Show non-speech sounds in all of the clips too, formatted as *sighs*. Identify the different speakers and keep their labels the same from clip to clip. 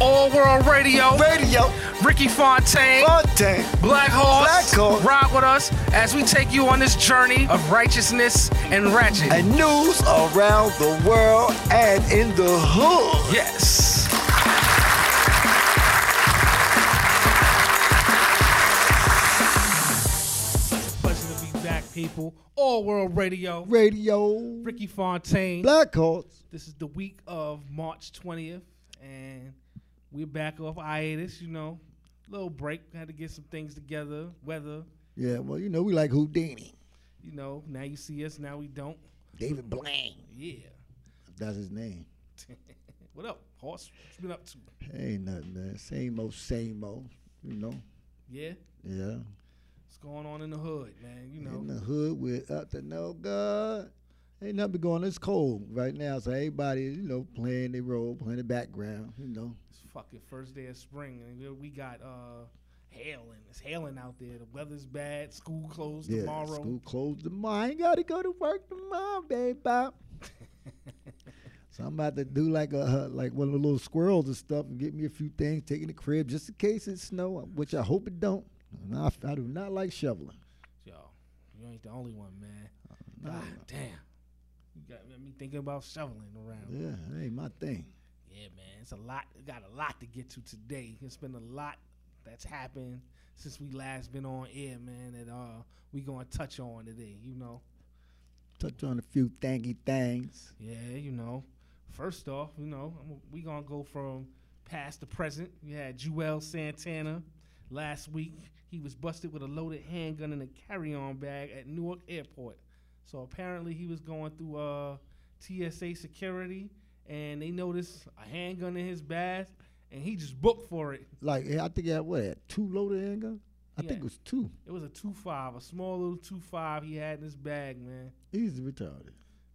Speaker 1: All World Radio,
Speaker 2: Radio,
Speaker 1: Ricky Fontaine,
Speaker 2: Fontaine,
Speaker 1: Black Horse,
Speaker 2: Black Horse.
Speaker 1: ride with us as we take you on this journey of righteousness and ratchet.
Speaker 2: and news around the world and in the hood.
Speaker 1: yes. Pleasure to be back, people. All World Radio,
Speaker 2: Radio,
Speaker 1: Ricky Fontaine.
Speaker 2: Black Horse.
Speaker 1: This is the week of March 20th, and we're back off hiatus, you know. Little break, had to get some things together, weather,
Speaker 2: Yeah, well, you know, we like Houdini.
Speaker 1: you know. Now you see us, now we don't.
Speaker 2: David Blaine.
Speaker 1: Yeah.
Speaker 2: That's his name.
Speaker 1: what up, horse? What you been up to?
Speaker 2: Ain't nothing, man. Same old, same old. You know?
Speaker 1: Yeah.
Speaker 2: Yeah.
Speaker 1: What's going on in the hood, man? You know.
Speaker 2: In the hood, we're up to no good. Ain't nothing been going. It's cold right now, so everybody, you know, playing their role, playing the background, you know.
Speaker 1: It's fucking first day of spring, and we- we got uh hailing. It's hailing out there. The weather's bad. School closed
Speaker 2: Yeah,
Speaker 1: tomorrow.
Speaker 2: school closed tomorrow. I ain't got to go to work tomorrow, baby.
Speaker 1: *laughs*
Speaker 2: so I'm about to do like a uh, like one of the little squirrels and stuff, and get me a few things, taking the crib just in case it snow, which I hope it don't. And I, I do not like shoveling.
Speaker 1: Yo, you ain't the only one, man.
Speaker 2: no,
Speaker 1: God
Speaker 2: no.
Speaker 1: damn. You got me thinking about shoveling around.
Speaker 2: Yeah, that ain't my thing.
Speaker 1: Yeah, man, it's a lot. we Got a lot to get to today. It's been a lot that's happened since we last been on air, man. That uh, we gonna touch on today. You know,
Speaker 2: Touch on a few thangy things.
Speaker 1: yeah, you know. First off, you know, I'm- we gonna go from past to present. We had Joel Santana last week. He was busted with a loaded handgun in a carry-on bag at Newark Airport. So apparently, he was going through uh, TSA security, and they noticed a handgun in his bag, and he just booked for it.
Speaker 2: Like yeah, I think I had what had two loaded handguns. I think
Speaker 1: Yeah.
Speaker 2: it was two.
Speaker 1: It was a two five, a small little two five he had in his bag, man.
Speaker 2: He's retarded. *laughs*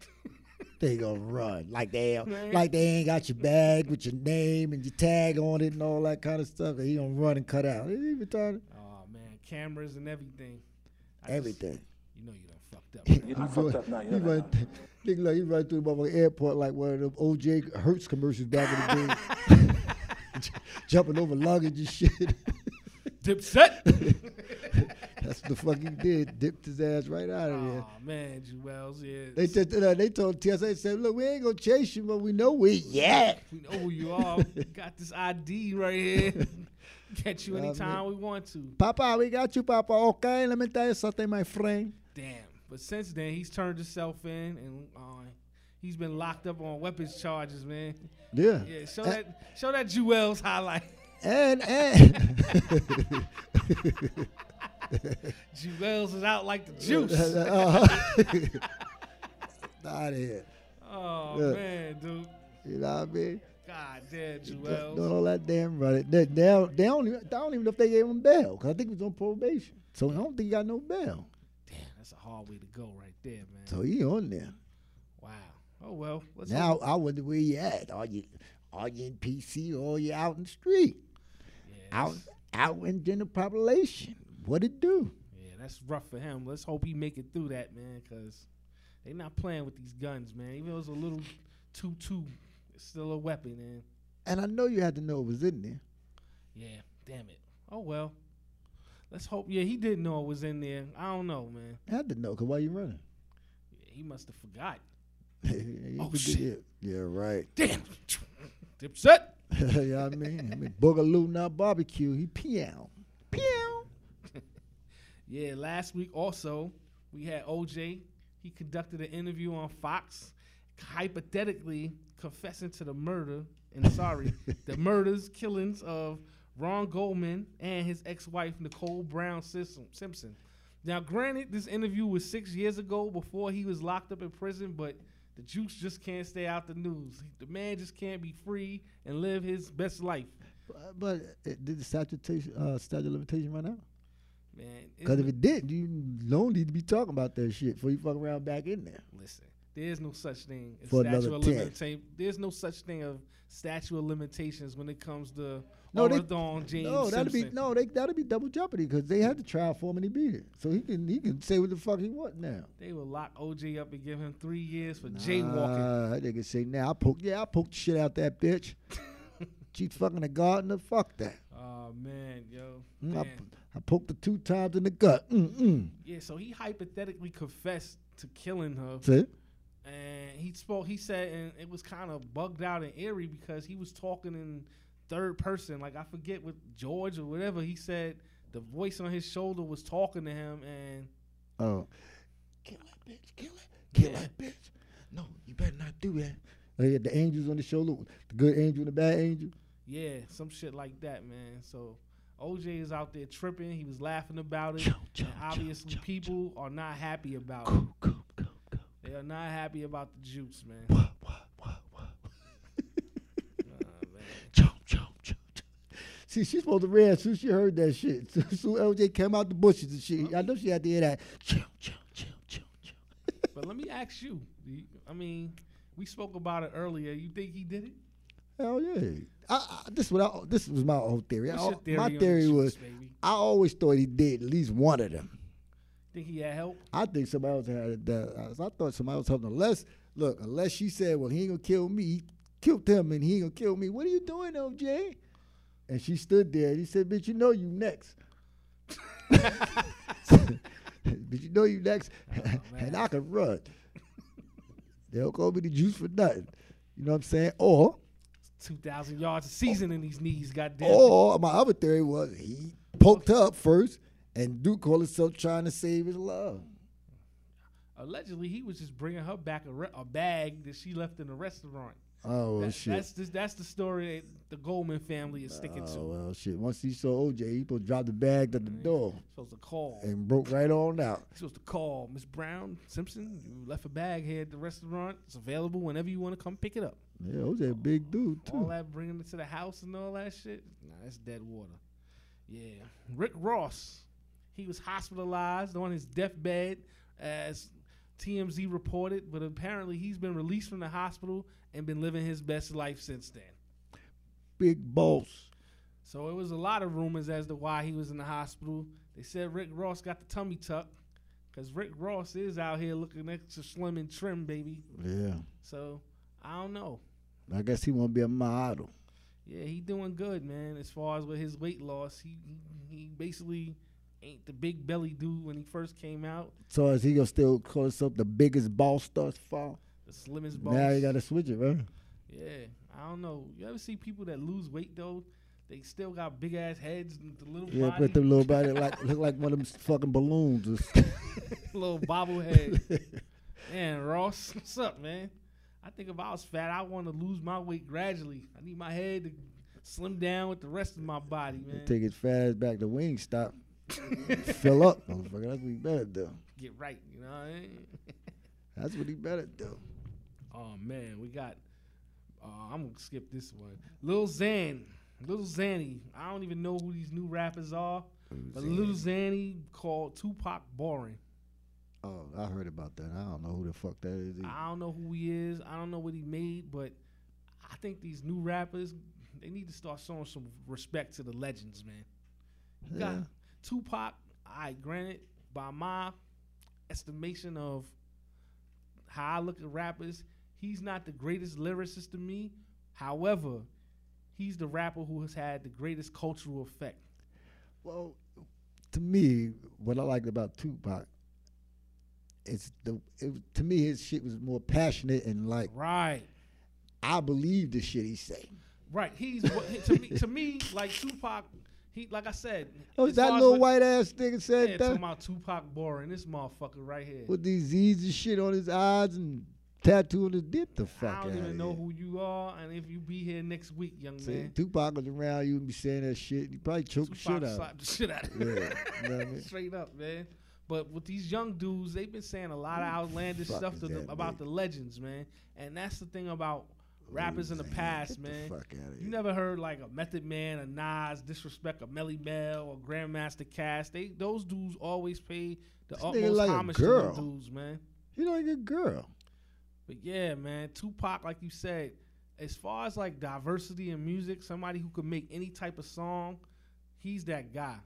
Speaker 2: they gonna run like they
Speaker 1: *laughs* Man.
Speaker 2: like they ain't got your bag with your name and your tag on it and all that kind of stuff. And he gonna run and cut out. He retarded.
Speaker 1: Oh man, cameras and everything. I just-
Speaker 2: Everything.
Speaker 1: you know you done fucked up. *laughs* man.
Speaker 2: He
Speaker 3: I fucked
Speaker 2: run-
Speaker 3: up now, you
Speaker 2: he
Speaker 3: know that
Speaker 2: run- Nigga, like he run through the motherfucking airport like one of them OJ Hertz commercials back in the day,
Speaker 1: *laughs*
Speaker 2: *laughs* jumping over luggage and shit. *laughs*
Speaker 1: Dipset.
Speaker 2: That's what the fuck he did. Dipped his ass right out of there.
Speaker 1: oh man, Jewels, yeah.
Speaker 2: They said they told TSA said, "Look, we ain't gonna chase you, but we know we yeah."
Speaker 1: we know who you are. We
Speaker 2: *laughs*
Speaker 1: got this ID right here. *laughs* Catch you
Speaker 2: Love
Speaker 1: anytime we want to.
Speaker 2: Papa, we got you, Papa. Okay, let me tell you something, my friend.
Speaker 1: Damn. But since then, he's turned himself in and uh, he's been locked up on weapons charges, man.
Speaker 2: Yeah.
Speaker 1: Yeah, show that show that Jewels highlight. *laughs*
Speaker 2: And and
Speaker 1: Jewels is out like the *laughs*
Speaker 2: *laughs*
Speaker 1: juice.
Speaker 2: Uh-huh. out of here.
Speaker 1: Oh
Speaker 2: Yeah.
Speaker 1: man, dude.
Speaker 2: You know what I mean?
Speaker 1: God damn,
Speaker 2: Just doing
Speaker 1: Jewels.
Speaker 2: all that damn running. They, they, don't, they don't even, I don't even know if they gave him bail because I think he was on probation. So I don't think he got no bail.
Speaker 1: Damn, that's a hard way to go right there, man.
Speaker 2: So he on there
Speaker 1: wow. Oh well. Let's hope-
Speaker 2: now. I wonder where you at. Are you are you in PC or are you out in the street?
Speaker 1: yeah,
Speaker 2: Out
Speaker 1: that's-
Speaker 2: out in general population. What it do?
Speaker 1: yeah, that's rough for him. Let's hope he make it through that, man, because they not playing with these guns, man. Even though it's a little two two, it's still a weapon, and
Speaker 2: And I know you had to know it was in there.
Speaker 1: yeah, damn it. Oh well. Let's hope. Yeah, he didn't know it was in there. I don't know, man.
Speaker 2: had to know because why you running? *laughs*
Speaker 1: Yeah, he must have forgot.
Speaker 2: You
Speaker 1: Oh,
Speaker 2: could
Speaker 1: shit.
Speaker 2: get- Yeah, right. *laughs*
Speaker 1: Damn. *laughs* Dipset.
Speaker 2: you know what I mean? I mean, Boogaloo not barbecue. He peow. Peow.
Speaker 1: Yeah, last week also, we had OJ. He conducted an interview on Fox, hypothetically confessing to the murder, and sorry, the murders, killings of Ron Goldman and his ex wife, Nicole Brown Sis- Simpson. Now, granted, this interview was six years ago before he was locked up in prison, but the juice just can't stay out the news. The man just can't be free and live his best life.
Speaker 2: But- But it, did the statute, uh, statute of limitation run out?
Speaker 1: Man, it's
Speaker 2: Because if it did, you don't need to be talking about that shit before you fuck around back in there.
Speaker 1: Listen, there's no such thing as
Speaker 2: For
Speaker 1: statute
Speaker 2: another
Speaker 1: of
Speaker 2: 10.
Speaker 1: limitations. There's no such thing of statute of limitations when it comes to
Speaker 2: No, they-
Speaker 1: Oradon James
Speaker 2: no, that'd be
Speaker 1: Simpson.
Speaker 2: no, they that'd be double jeopardy because they had to trial for him and he beat it, so he can he can say what the fuck he want now.
Speaker 1: They will lock OJ up and give him three years for jaywalking.
Speaker 2: *laughs* Nah, that nigga say now I poked yeah I poked the shit out that bitch. She fucking a gardener. Fuck that.
Speaker 1: Oh man, yo.
Speaker 2: Mm, I,
Speaker 1: Man.
Speaker 2: p- I poked her two times in the gut. Mm, Mm-mm.
Speaker 1: Yeah, so he hypothetically confessed to killing her.
Speaker 2: See?
Speaker 1: and he spoke he said and it was kind of bugged out and eerie because he was talking in third person like i forget with george or whatever he said the voice on his shoulder was talking to him and
Speaker 2: Oh. Kill that bitch. Kill it. Kill that bitch. No, you better not do that. They had Oh, the angels on the shoulder. The good angel and the bad angel.
Speaker 1: yeah some shit like that man so oj is out there tripping he was laughing about it
Speaker 2: Chow, chow,
Speaker 1: and
Speaker 2: chow,
Speaker 1: obviously
Speaker 2: chow,
Speaker 1: people are not happy about it
Speaker 2: Go, go, go, go.
Speaker 1: they are not happy about the juice man,
Speaker 2: Wah, wah, wah, wah.
Speaker 1: Nah, man.
Speaker 2: Chomp, chomp, chomp, chomp. See, she's supposed to read as soon as she heard that shit. *laughs* So, so LJ came out the bushes and shit. I know she had to hear that. Chomp, chomp, chomp, chomp, chomp.
Speaker 1: but let me ask you do you- i mean we spoke about it earlier you think he did it
Speaker 2: Hell yeah. I, I, this what I, this was my whole theory. I,
Speaker 1: What's your theory
Speaker 2: oh, my
Speaker 1: on the
Speaker 2: theory
Speaker 1: Chiefs,
Speaker 2: was
Speaker 1: baby?
Speaker 2: I always thought he did at least one of them.
Speaker 1: think he had help
Speaker 2: I think somebody else had that. I thought somebody was helping. Unless look, unless she said, "Well, he ain't gonna kill me. He killed him, and he ain't gonna kill me." What are you doing, OJ? And she stood there, and he said, "Bitch, you know you next." *laughs* But you know you next, *laughs* and I can run. they don't call me the juice for nothing. You know what I'm saying? Or,
Speaker 1: two thousand yards a season in these knees. Goddamn.
Speaker 2: or my other theory was he poked her up first, and Duke called himself trying to save his love.
Speaker 1: Allegedly, he was just bringing her back a, re- a bag that she left in the restaurant.
Speaker 2: Oh
Speaker 1: That-
Speaker 2: shit!
Speaker 1: That's the, that's the story that the Goldman family is sticking
Speaker 2: Oh
Speaker 1: to. Mm.
Speaker 2: well, shit. Once he saw OJ, he supposed to drop the bag to the door
Speaker 1: Supposed to call. He's
Speaker 2: and broke right on out.
Speaker 1: Supposed to call Miss Brown Simpson. You left a bag here at the restaurant. It's available whenever you want to come pick it up.
Speaker 2: Yeah, OJ, a big dude
Speaker 1: Oh, All
Speaker 2: too.
Speaker 1: that bringing it to the house and all that shit. Nah, that's dead water. Yeah. Rick Ross, he was hospitalized on his deathbed, as TMZ reported, but apparently he's been released from the hospital and been living his best life since then.
Speaker 2: Big boss.
Speaker 1: So it was a lot of rumors as to why he was in the hospital. They said Rick Ross got the tummy tuck because Rick Ross is out here looking extra slim and trim, baby.
Speaker 2: Yeah,
Speaker 1: So I don't know.
Speaker 2: I guess he won't be a model.
Speaker 1: Yeah, he doing good, man. As far as with his weight loss, he he, he basically ain't the big belly dude when he first came out,
Speaker 2: So is he gonna still call himself the biggest boss thus far?
Speaker 1: the slimmest boss.
Speaker 2: Now you gotta switch it, right?
Speaker 1: yeah, I don't know. You ever see people that lose weight though? They still got big ass heads and the little
Speaker 2: Yeah,
Speaker 1: body,
Speaker 2: but the little body like look like one of them fucking balloons.
Speaker 1: *laughs*
Speaker 2: It's-
Speaker 1: little
Speaker 2: *laughs*
Speaker 1: bobblehead. man, Ross, *laughs* what's up, man? I think if I was fat, I want to lose my weight gradually. I need my head to slim down with the rest of my body, man.
Speaker 2: Take his fat ass back to wing stop. Fill up, motherfucker. That's what he better do.
Speaker 1: *laughs* Get right, you know what I mean?
Speaker 2: That's what he better do.
Speaker 1: Oh man, we got. Uh, I'm gonna skip this one. Lil Xan, Lil Xanny. I don't even know who these new rappers are, but Lil Xanny called Tupac boring.
Speaker 2: Oh, I heard about that. I don't know who the fuck that is. either.
Speaker 1: I don't know who he is. I don't know what he made, but I think these new rappers they need to start showing some respect to the legends, man. You got
Speaker 2: Yeah.
Speaker 1: Tupac. I granted, by my estimation of how I look at rappers, he's not the greatest lyricist to me. However, he's the rapper who has had the greatest cultural effect.
Speaker 2: Well, to me, what I liked about Tupac, it's the it, was- to me his shit was more passionate and like
Speaker 1: Right.
Speaker 2: I believe the shit he say.
Speaker 1: Right. He's what- to me to me like Tupac. He like I said.
Speaker 2: Oh,
Speaker 1: as
Speaker 2: that
Speaker 1: far as
Speaker 2: little
Speaker 1: what-
Speaker 2: white ass nigga said
Speaker 1: Yeah, talking
Speaker 2: that
Speaker 1: about Tupac boring. This motherfucker right here.
Speaker 2: with these Z's and shit on his eyes and tattoo on his dick. The fuck
Speaker 1: I don't
Speaker 2: outta
Speaker 1: even know
Speaker 2: here.
Speaker 1: who you are and if you be here next week, young
Speaker 2: See,
Speaker 1: man.
Speaker 2: Tupac was around, you would be saying that shit. You probably choke the
Speaker 1: Tupac
Speaker 2: shit out.
Speaker 1: slapped the shit out of
Speaker 2: Yeah,
Speaker 1: you. *laughs*
Speaker 2: you know what I mean?
Speaker 1: Straight up, man. But with these young dudes, they've been saying a lot of outlandish
Speaker 2: fuck
Speaker 1: stuff
Speaker 2: is
Speaker 1: to them
Speaker 2: that,
Speaker 1: about
Speaker 2: nigga?
Speaker 1: the legends, man. And that's the thing about rappers in the
Speaker 2: Man,
Speaker 1: past,
Speaker 2: get the
Speaker 1: man.
Speaker 2: fuck outta
Speaker 1: You
Speaker 2: here.
Speaker 1: never heard like a Method Man, a Nas, disrespect a Melly Mel or Grandmaster Cass. They those dudes always pay the
Speaker 2: This nigga
Speaker 1: utmost
Speaker 2: like a
Speaker 1: homage to them
Speaker 2: girl.
Speaker 1: dudes, man.
Speaker 2: He like a girl.
Speaker 1: But yeah, man, Tupac, like you said, as far as like diversity in music, somebody who could make any type of song, he's that guy.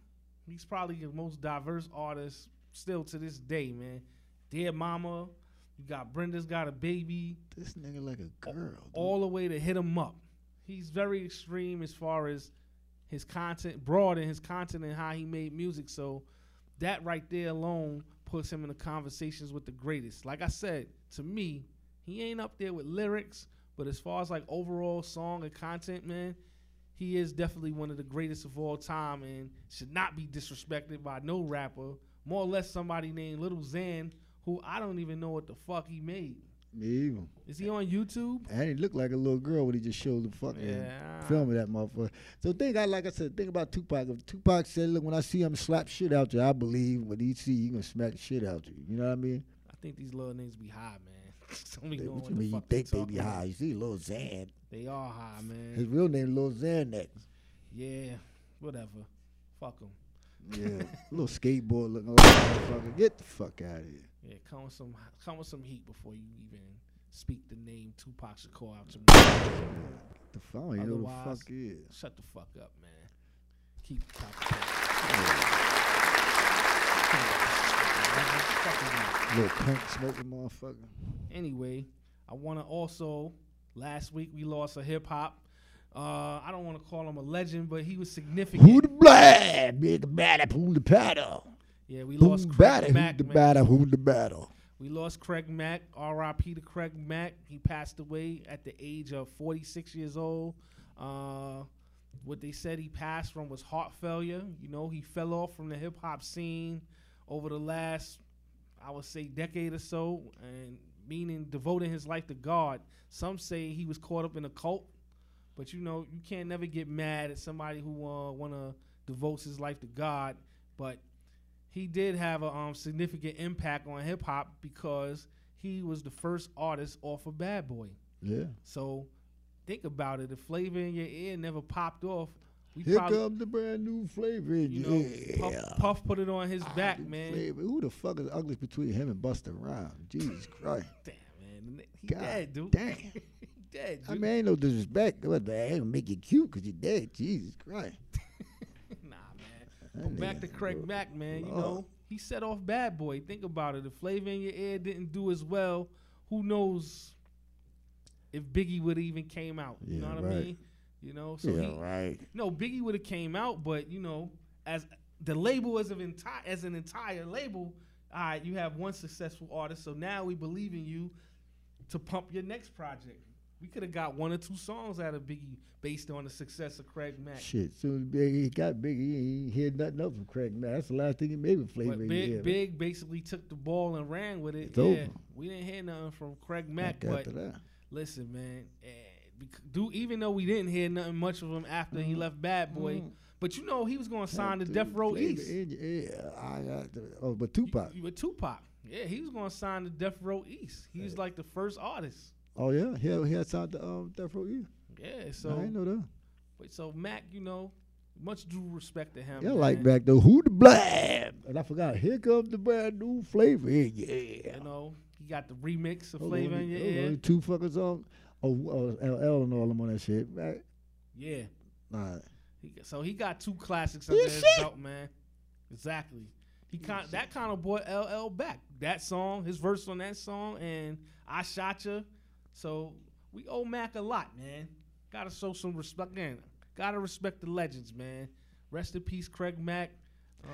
Speaker 1: He's probably the most diverse artist still to this day, man. Dear Mama, you got Brenda's Got a Baby,
Speaker 2: This nigga like a girl. dude.
Speaker 1: all the way to Hit 'Em Up. he's very extreme as far as his content, broad in his content and how he made music. So that right there alone puts him in the conversations with the greatest. Like I said, to me, he ain't up there with lyrics, but as far as like overall song and content, man, he is definitely one of the greatest of all time and should not be disrespected by no rapper, more or less somebody named Little Xan, who I don't even know what the fuck he made.
Speaker 2: Me even.
Speaker 1: Is he on YouTube?
Speaker 2: And he looked like a little girl when he just showed the fucking
Speaker 1: Yeah.
Speaker 2: film of that motherfucker. So think I like I said, think about Tupac. If Tupac said, "Look, when I see him slap shit out you, I believe when he see you gonna smack the shit out you." You know what I mean?
Speaker 1: I think these little niggas be high, man. *laughs* Don't be
Speaker 2: They,
Speaker 1: knowing
Speaker 2: what
Speaker 1: what
Speaker 2: you
Speaker 1: the
Speaker 2: mean? You
Speaker 1: fuck
Speaker 2: think they
Speaker 1: talking
Speaker 2: be
Speaker 1: about.
Speaker 2: high? You see, Lil Xan.
Speaker 1: They are high,
Speaker 2: His
Speaker 1: man.
Speaker 2: real name Lil Xanax.
Speaker 1: Yeah, whatever. Fuck them.
Speaker 2: Yeah, *laughs* little skateboard looking old motherfucker. Get the fuck out of here.
Speaker 1: Yeah, come with some come with some heat before you even speak the name Tupac Shakur out your mouth.
Speaker 2: The phone, you know who the
Speaker 1: Otherwise-
Speaker 2: fuck he is.
Speaker 1: Shut the fuck up, man. Keep the top of the
Speaker 2: Little punk
Speaker 1: *laughs*
Speaker 2: smoking motherfucker.
Speaker 1: Anyway, I want to also. Last week we lost a hip hop. Uh, I don't want to call him a legend, but he was significant.
Speaker 2: Who the blab? Big batter, who the paddle?
Speaker 1: yeah, we
Speaker 2: Who
Speaker 1: lost
Speaker 2: the
Speaker 1: Craig
Speaker 2: batter? Who
Speaker 1: Mack,
Speaker 2: the
Speaker 1: man.
Speaker 2: batter? Who the battle?
Speaker 1: We lost Craig Mack, RIP to Craig Mack. He passed away at the age of 46 years old. Uh, what they said he passed from was heart failure. You know, he fell off from the hip hop scene over the last, I would say, decade or so, and meaning devoting his life to God. Some say he was caught up in a cult, but you know, you can't never get mad at somebody who uh, want to devote his life to God. But he did have a um, significant impact on hip hop because he was the first artist off of Bad Boy.
Speaker 2: Yeah.
Speaker 1: So think about it. If Flavor in Your Ear never popped off, we
Speaker 2: Here
Speaker 1: probably
Speaker 2: comes the brand new flavor. in
Speaker 1: you know
Speaker 2: yeah.
Speaker 1: Puff, Puff put it on his back,
Speaker 2: New
Speaker 1: man.
Speaker 2: Flavor. Who the fuck is ugly between him and Busta Rhymes?
Speaker 1: *laughs*
Speaker 2: Jesus Christ.
Speaker 1: Damn, man, The ni- he
Speaker 2: God
Speaker 1: dead, dude.
Speaker 2: damn.
Speaker 1: *laughs* he dead, dude.
Speaker 2: I mean, ain't no disrespect. But I ain't gonna make you cute because you're dead. Jesus
Speaker 1: *laughs*
Speaker 2: Christ.
Speaker 1: nah, man.
Speaker 2: That
Speaker 1: But back
Speaker 2: nigga-
Speaker 1: to Craig Mack, man. You
Speaker 2: Lord.
Speaker 1: know he set off Bad Boy. Think about it. If Flavor in Your Ear didn't do as well, who knows if Biggie would have even came out? You
Speaker 2: Yeah,
Speaker 1: know what I
Speaker 2: right.
Speaker 1: mean? You know, so
Speaker 2: yeah,
Speaker 1: he,
Speaker 2: right.
Speaker 1: No, Biggie would have came out, but you know, as the label as of entire as an entire label, all right, you have one successful artist, so now we believe in you to pump your next project. We could have got one or two songs out of Biggie based on the success of Craig Mack.
Speaker 2: Shit, soon as Big he got big, he ain't hear nothing else from Craig Mack. That's the last thing he made with Flavor.
Speaker 1: But
Speaker 2: in
Speaker 1: Big
Speaker 2: the Air.
Speaker 1: Big basically took the ball and ran with it.
Speaker 2: It's
Speaker 1: yeah,
Speaker 2: over.
Speaker 1: we didn't hear nothing from Craig
Speaker 2: Mack
Speaker 1: Mack, but
Speaker 2: after that.
Speaker 1: Listen, man. eh, bec- Do even though we didn't hear nothing much of him after he left Bad Boy,
Speaker 2: Mhm.
Speaker 1: but you know he was going to sign to
Speaker 2: Dude,
Speaker 1: Death Row
Speaker 2: Flavor
Speaker 1: East
Speaker 2: in your ear. I got the, oh, but Tupac.
Speaker 1: with Tupac. Yeah, he was going to sign to Death Row East. He was like the first artist.
Speaker 2: Oh yeah, he he outside the um Death Row East.
Speaker 1: Yeah,
Speaker 2: So, I
Speaker 1: so
Speaker 2: ain't know that.
Speaker 1: but so Mac, you know, much due respect to him.
Speaker 2: Yeah, I like
Speaker 1: man.
Speaker 2: back though. Who the blab? And I forgot. Here comes the brand new flavor. in your ear.
Speaker 1: You know, he got the remix of
Speaker 2: Hold
Speaker 1: Flavor
Speaker 2: on,
Speaker 1: in Your
Speaker 2: hold on,
Speaker 1: Ear.
Speaker 2: Two fuckers on. Oh, oh LL and all them on that shit, right?
Speaker 1: Yeah,
Speaker 2: All right.
Speaker 1: He got- so he got two classics
Speaker 2: Yeah,
Speaker 1: under his
Speaker 2: shit.
Speaker 1: belt, man. Exactly. He kind that kind of brought LL back. That song, his verse on that song, and I shot ya. So we owe Mac a lot, man. Gotta show some respect, man. Gotta respect the legends, man. Rest in peace, Craig Mack. Uh,
Speaker 2: I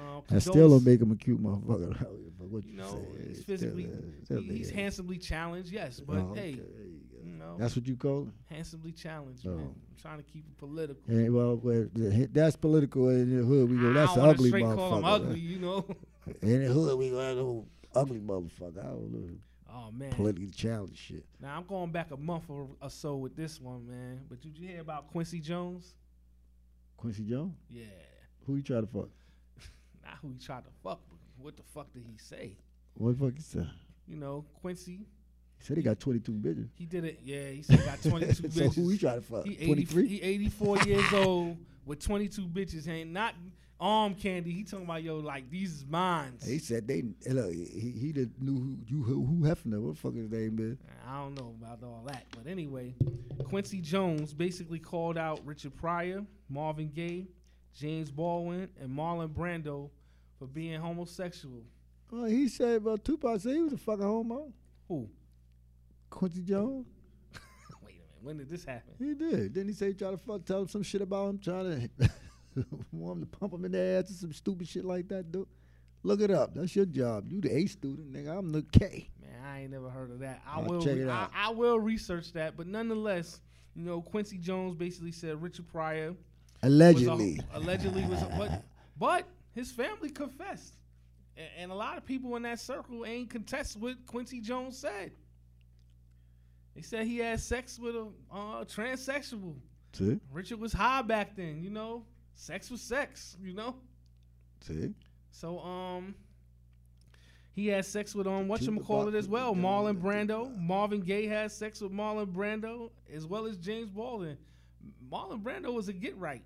Speaker 1: condolences.
Speaker 2: still don't make him a cute motherfucker. *laughs* but what you,
Speaker 1: You know,
Speaker 2: say,
Speaker 1: he's
Speaker 2: still,
Speaker 1: physically,
Speaker 2: uh, still
Speaker 1: he- he's
Speaker 2: nigga.
Speaker 1: handsomely challenged, yes, but
Speaker 2: Oh,
Speaker 1: hey,
Speaker 2: okay, there you go.
Speaker 1: you know,
Speaker 2: That's what you call it?
Speaker 1: handsomely challenged,
Speaker 2: Oh.
Speaker 1: man. I'm trying to keep it political.
Speaker 2: And, well, well, th- that's political in the hood. We go,
Speaker 1: I
Speaker 2: that's
Speaker 1: don't
Speaker 2: an
Speaker 1: wanna
Speaker 2: ugly
Speaker 1: straight call
Speaker 2: motherfucker.
Speaker 1: him ugly, you know.
Speaker 2: *laughs*
Speaker 1: *laughs*
Speaker 2: In the hood, we go, that's an ugly motherfucker. I don't know.
Speaker 1: Oh man.
Speaker 2: Politically challenged shit.
Speaker 1: Now I'm going back a month or, or so with this one, man. But did you hear about Quincy Jones?
Speaker 2: Quincy Jones?
Speaker 1: Yeah.
Speaker 2: Who you try to fuck?
Speaker 1: Not who he tried to fuck with. What the fuck did he say?
Speaker 2: What the fuck you say?
Speaker 1: You know, Quincy,
Speaker 2: He said he got 22 bitches.
Speaker 1: he did it. Yeah, he said he
Speaker 2: *laughs*
Speaker 1: got 22
Speaker 2: so
Speaker 1: bitches.
Speaker 2: who he try to fuck?
Speaker 1: he, 80,
Speaker 2: 23?
Speaker 1: he 84 years old with 22 bitches. Ain't not arm candy. He talking about, yo, like, these is mine.
Speaker 2: He said they look. He, he just knew who you who, who Hefner. What the fuck his name is?
Speaker 1: I don't know about all that, but anyway, Quincy Jones basically called out Richard Pryor, Marvin Gaye, James Baldwin, and Marlon Brando for being homosexual.
Speaker 2: Well, Oh, he said, well, Tupac said he was a fucking homo.
Speaker 1: Who? *laughs*
Speaker 2: Quincy Jones.
Speaker 1: Wait a minute. When did this happen?
Speaker 2: He did. Then he say try to fuck, tell him some shit about him, trying to *laughs* want him to pump him in the ass or some stupid shit like that, dude. Look it up. That's your job. You the A student, nigga. I'm the K.
Speaker 1: Man, I ain't never heard of that. I
Speaker 2: I'll
Speaker 1: will
Speaker 2: check
Speaker 1: re-
Speaker 2: it
Speaker 1: I,
Speaker 2: out.
Speaker 1: I will research that, but nonetheless, you know, Quincy Jones basically said Richard Pryor was a-
Speaker 2: Allegedly.
Speaker 1: allegedly was a, but but his family confessed. A- And, a lot of people in that circle ain't contest what Quincy Jones said. They said he had sex with a uh, transsexual.
Speaker 2: See?
Speaker 1: Richard was high back then, you know. Sex was sex, you know.
Speaker 2: See? *laughs*
Speaker 1: So um he had sex with um
Speaker 2: Keep the
Speaker 1: whatchamacallit
Speaker 2: box
Speaker 1: as well.
Speaker 2: together,
Speaker 1: Marlon
Speaker 2: let it
Speaker 1: Brando. Marvin Gaye had sex with Marlon Brando as well as James Baldwin. Marlon Brando was a get right.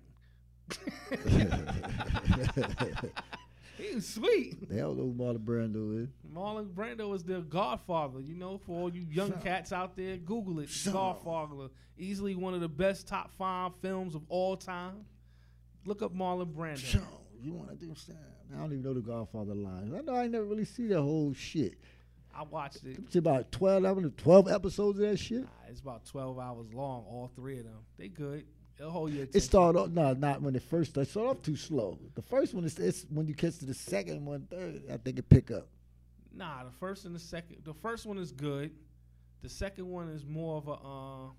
Speaker 1: he was sweet.
Speaker 2: They don't know who Marlon Brando is.
Speaker 1: Marlon Brando was the godfather, you know, for all you young cats out there. Google it.
Speaker 2: Shut up.
Speaker 1: Godfather. Easily one of the best top five films of all time. Look up Marlon Brando.
Speaker 2: Sean, you want to do something? I don't even know the Godfather line. I know I ain't never really see that whole shit.
Speaker 1: I watched it.
Speaker 2: It's about 12, I believe 12 episodes of that shit.
Speaker 1: Nah, it's about 12 hours long, all three of them. They good. They'll hold your attention.
Speaker 2: It started off, no, not when it first started. It started off too slow. The first one is it's when you catch to the second one, third, I think it pick up.
Speaker 1: nah, the first and the second. The first one is good. The second one is more of a uh,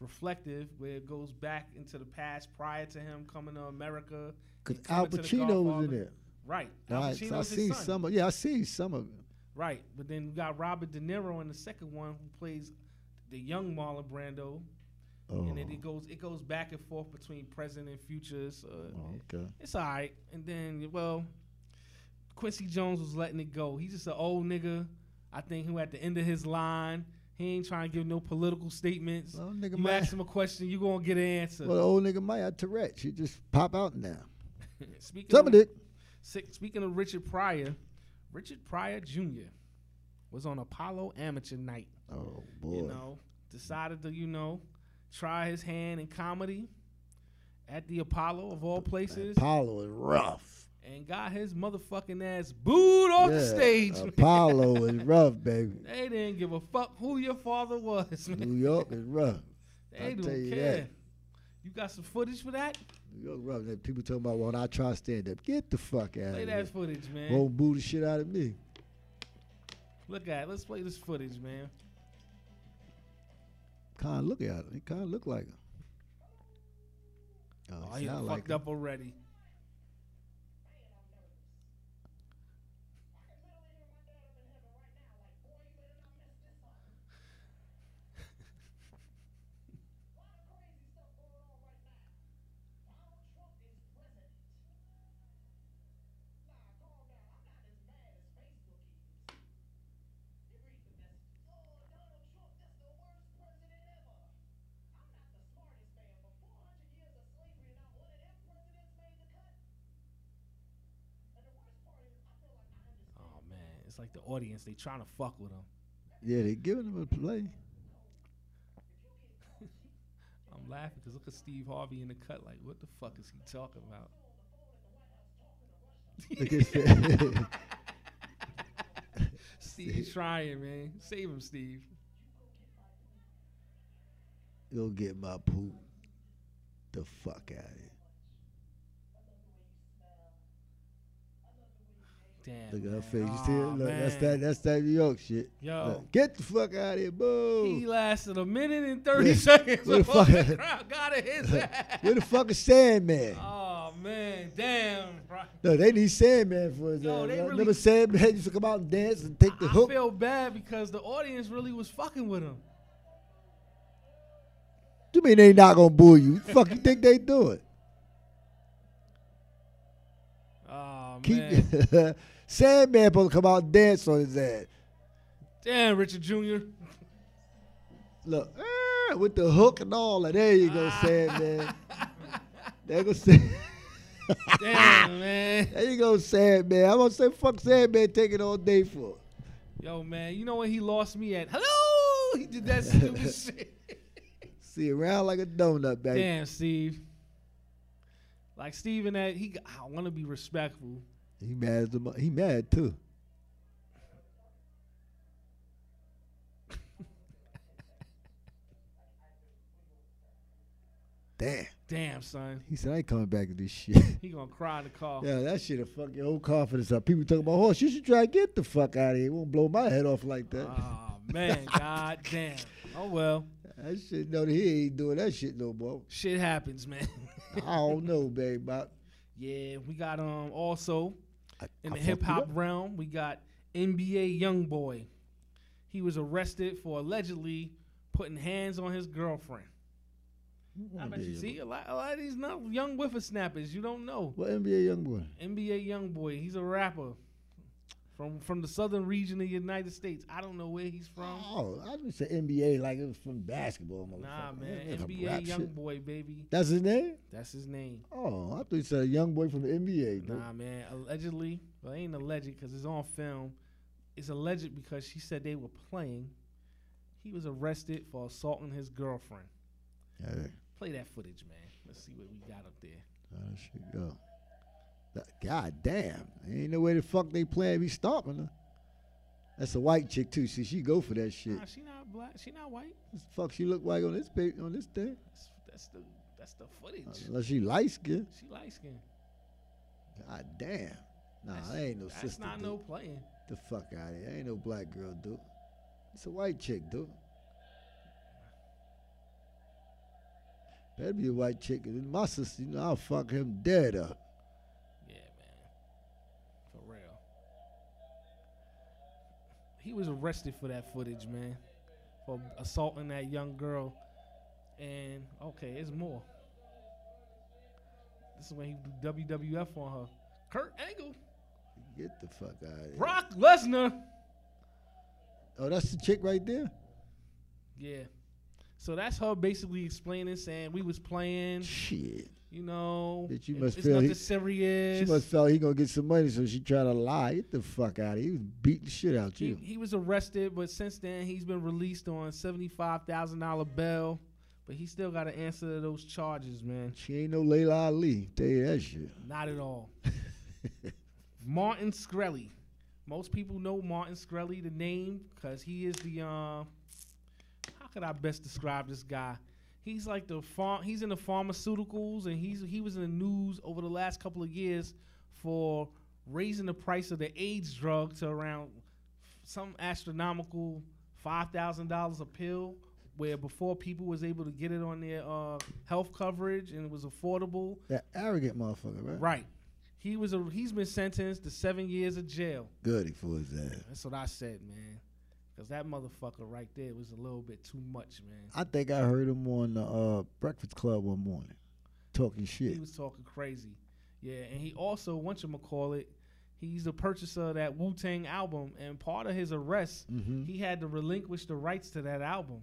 Speaker 1: reflective, where it goes back into the past prior to him coming to America.
Speaker 2: Because
Speaker 1: and
Speaker 2: Al
Speaker 1: coming to the
Speaker 2: Pacino was in
Speaker 1: Godfather.
Speaker 2: there.
Speaker 1: Right. Al
Speaker 2: Right, so I
Speaker 1: Pacino's his
Speaker 2: seen
Speaker 1: son.
Speaker 2: some of yeah, I seen some of it.
Speaker 1: Right. But then you got Robert De Niro in the second one, who plays the young Marlon Brando.
Speaker 2: Oh,
Speaker 1: And then it goes it goes back and forth between present and future. So
Speaker 2: oh, okay.
Speaker 1: It's all right. And then, well, Quincy Jones was letting it go. He's just an old nigga, I think, who at the end of his line, he ain't trying to give no political statements.
Speaker 2: Well, nigga
Speaker 1: you
Speaker 2: might,
Speaker 1: ask him a question, you gonna get an answer.
Speaker 2: well, the old nigga might have Tourette's. She just pop out now.
Speaker 1: *laughs* speaking
Speaker 2: Some of it.
Speaker 1: si- speaking of Richard Pryor, Richard Pryor Jr. was on Apollo Amateur Night.
Speaker 2: Oh boy.
Speaker 1: you know, decided to, you know, try his hand in comedy at the Apollo of all places
Speaker 2: Apollo is rough.
Speaker 1: and got his motherfucking ass booed off the
Speaker 2: Yeah,
Speaker 1: stage. *laughs*
Speaker 2: Apollo is rough, baby.
Speaker 1: They didn't give a fuck who your father was, man.
Speaker 2: New York is rough.
Speaker 1: They
Speaker 2: I'll
Speaker 1: don't
Speaker 2: Mm, tell you
Speaker 1: care.
Speaker 2: that.
Speaker 1: You got some footage for that?
Speaker 2: New York rough. That people talking about when I try stand up. Get the fuck out
Speaker 1: Play
Speaker 2: of
Speaker 1: that
Speaker 2: here.
Speaker 1: footage, man.
Speaker 2: Won't boo the shit out of me.
Speaker 1: Look at it. Let's play this footage, man.
Speaker 2: Kind of look at it. It kind of look like him.
Speaker 1: Oh,
Speaker 2: he
Speaker 1: he
Speaker 2: sound
Speaker 1: fucked
Speaker 2: like him.
Speaker 1: up already. Oh man, it's like the audience. They trying to fuck with him.
Speaker 2: Yeah, they giving him a play.
Speaker 1: *laughs* I'm laughing because look at Steve Harvey in the cut. Like, what the fuck is he talking about?
Speaker 2: Look at his face. *laughs*
Speaker 1: Steve trying, man. Save him, Steve.
Speaker 2: Go get my poop. The fuck out of here.
Speaker 1: Damn.
Speaker 2: Look at
Speaker 1: man.
Speaker 2: her face. You see it?
Speaker 1: Aw,
Speaker 2: Look,
Speaker 1: man.
Speaker 2: that's that. That's that New York shit.
Speaker 1: Yo.
Speaker 2: Look, get the fuck out of here,
Speaker 1: He
Speaker 2: boo.
Speaker 1: lasted a minute and 30
Speaker 2: Where- *laughs*
Speaker 1: seconds
Speaker 2: where the
Speaker 1: before
Speaker 2: fuck-
Speaker 1: the crowd got in
Speaker 2: *laughs*
Speaker 1: his ass.
Speaker 2: Where the fuck is Sandman?
Speaker 1: Oh, man. Damn. bro.
Speaker 2: No, they need Sandman for his
Speaker 1: Yo,
Speaker 2: ass.
Speaker 1: they
Speaker 2: Remember
Speaker 1: really-
Speaker 2: Sandman used to come out and dance and take the
Speaker 1: I
Speaker 2: hook?
Speaker 1: feel bad because the audience really was fucking with him.
Speaker 2: you mean they not gonna
Speaker 1: *laughs*
Speaker 2: boo you? fuck you think they do it?
Speaker 1: Oh,
Speaker 2: *laughs*
Speaker 1: man.
Speaker 2: Keep Sandman supposed to come out and dance on his ass.
Speaker 1: Damn, Richard Jr.
Speaker 2: Look, eh, with the hook and all that. There
Speaker 1: *laughs*
Speaker 2: you go, Sandman. There go Sandman.
Speaker 1: Damn, man.
Speaker 2: *laughs* There you go, Sandman. I'm gonna say fuck Sandman, take it all day for. it.
Speaker 1: Yo, man, you know when he lost me at? Hello! He did
Speaker 2: *laughs*
Speaker 1: that stupid shit.
Speaker 2: See around like a donut, baby.
Speaker 1: Damn, Steve. Like, Steve and that, he, I want to be respectful.
Speaker 2: He mad as a mo- he mad
Speaker 1: *laughs*
Speaker 2: too. damn.
Speaker 1: Damn, son.
Speaker 2: He said, I ain't coming back to this shit. *laughs*
Speaker 1: He gonna cry in the car.
Speaker 2: yeah, that shit will fuck your whole confidence up. People talking about, horse, you should try to get the fuck out of here. It won't blow my head off like that.
Speaker 1: Oh
Speaker 2: *laughs*
Speaker 1: man, god damn. Oh well.
Speaker 2: that shit, no, he ain't doing that shit no more.
Speaker 1: Shit happens, man. *laughs*
Speaker 2: I don't know, babe. But
Speaker 1: yeah, we got um also
Speaker 2: I,
Speaker 1: in
Speaker 2: I
Speaker 1: the
Speaker 2: fucked
Speaker 1: hip hop
Speaker 2: it up.
Speaker 1: realm, we got NBA YoungBoy. He was arrested for allegedly putting hands on his girlfriend. I bet you see a lot, a lot of these not young whippersnappers. You don't know
Speaker 2: What NBA young boy?
Speaker 1: NBA YoungBoy. He's a rapper from from the southern region of the United States. I don't know where he's from.
Speaker 2: Oh, I just said NBA like it was from basketball.
Speaker 1: Nah,
Speaker 2: motherfucker.
Speaker 1: man,
Speaker 2: That's some rap
Speaker 1: NBA
Speaker 2: shit.
Speaker 1: YoungBoy, baby.
Speaker 2: That's his name.
Speaker 1: That's his name.
Speaker 2: Oh, I thought you said a young boy from the NBA. bro.
Speaker 1: Nah, man. Allegedly, well, it ain't alleged because it's on film. It's alleged because she said they were playing. He was arrested for assaulting his girlfriend.
Speaker 2: Yeah, that-
Speaker 1: Play that footage, man. Let's see what we got up there.
Speaker 2: that shit go. That- God damn, ain't no way the fuck they plan be stomping her. That's a white chick too. See, she go for that shit.
Speaker 1: Nah, she not black. She not white.
Speaker 2: This fuck, she look white on this pa- on this thing.
Speaker 1: That's, that's the that's the footage.
Speaker 2: Unless she light skin.
Speaker 1: She light skinned.
Speaker 2: God damn. Nah,
Speaker 1: That's-
Speaker 2: that ain't no
Speaker 1: That's
Speaker 2: sister.
Speaker 1: not
Speaker 2: dude.
Speaker 1: no playing.
Speaker 2: the fuck out of here. Ain't no black girl, dude. It's a white chick, dude. Better be a white chick. And my sister, you know, I'll fuck him dead up.
Speaker 1: Yeah, man. For real. He was arrested for that footage, man. For assaulting that young girl. And okay, it's more. This is when he do WWF on her. Kurt Angle.
Speaker 2: Get the fuck out of here.
Speaker 1: Brock Lesnar.
Speaker 2: Oh, that's the chick right there?
Speaker 1: Yeah. So that's her basically explaining, saying we was playing,
Speaker 2: Shit.
Speaker 1: you know.
Speaker 2: That you
Speaker 1: it-
Speaker 2: must
Speaker 1: it's
Speaker 2: feel
Speaker 1: nothing
Speaker 2: he-
Speaker 1: serious.
Speaker 2: She must felt he gonna get some money, so she tried to lie. Get the fuck out of here. He was beating the shit out
Speaker 1: He,
Speaker 2: you.
Speaker 1: he was arrested, but since then he's been released on seventy five thousand dollar bail. But he still got to answer to those charges, man.
Speaker 2: She ain't no Layla Ali. Tell you that shit.
Speaker 1: Not at all. Martin Screlly. Most people know Martin Screlly, the name, because he is the. Uh, how could I best describe this guy? He's like the farm. He's in the pharmaceuticals, and he's he was in the news over the last couple of years for raising the price of the AIDS drug to around some astronomical five thousand dollars a pill, where before people was able to get it on their uh, health coverage and it was affordable.
Speaker 2: That arrogant motherfucker, right?
Speaker 1: Right. He was a he's been sentenced to seven years of jail.
Speaker 2: Goody for his ass.
Speaker 1: That's what I said, man. Cause that motherfucker right there was a little bit too much, man.
Speaker 2: I think I heard him on the uh, Breakfast Club one morning talking
Speaker 1: He
Speaker 2: shit.
Speaker 1: was talking crazy. Yeah, and he also, once you call it, he's the purchaser of that Wu Tang album. And part of his arrest,
Speaker 2: Mhm.
Speaker 1: he had to relinquish the rights to that album.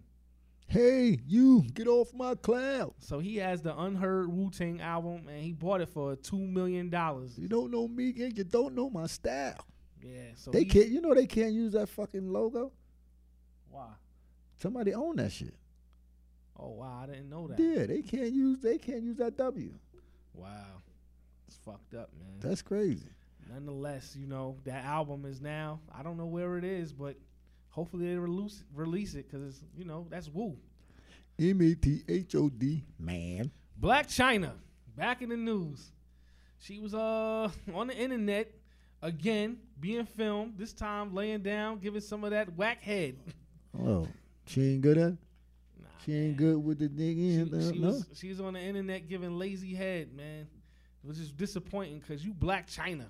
Speaker 2: Hey, you, get off my cloud.
Speaker 1: So he has the unheard Wu Tang album and he bought it for two million dollars.
Speaker 2: You don't know me and you don't know my style.
Speaker 1: Yeah. So
Speaker 2: They
Speaker 1: he-
Speaker 2: can't, you know, they can't use that fucking logo.
Speaker 1: Why?
Speaker 2: Somebody own that shit.
Speaker 1: Oh wow, I didn't know that.
Speaker 2: Yeah, they can't use, they can't use that W.
Speaker 1: Wow. It's fucked up, man.
Speaker 2: That's crazy.
Speaker 1: nonetheless, you know that album is now. I don't know where it is, but hopefully they release release it because it's you know that's woo.
Speaker 2: M A T H O D. Man.
Speaker 1: Black China back in the news. She was uh on the internet again, being filmed. This time laying down, giving some of that whack head. *laughs*
Speaker 2: Oh, she ain't good at.
Speaker 1: Nah,
Speaker 2: She ain't good with the
Speaker 1: She,
Speaker 2: nigga.
Speaker 1: she
Speaker 2: no.
Speaker 1: was she's on the internet giving lazy head, man. It was just disappointing because you Black China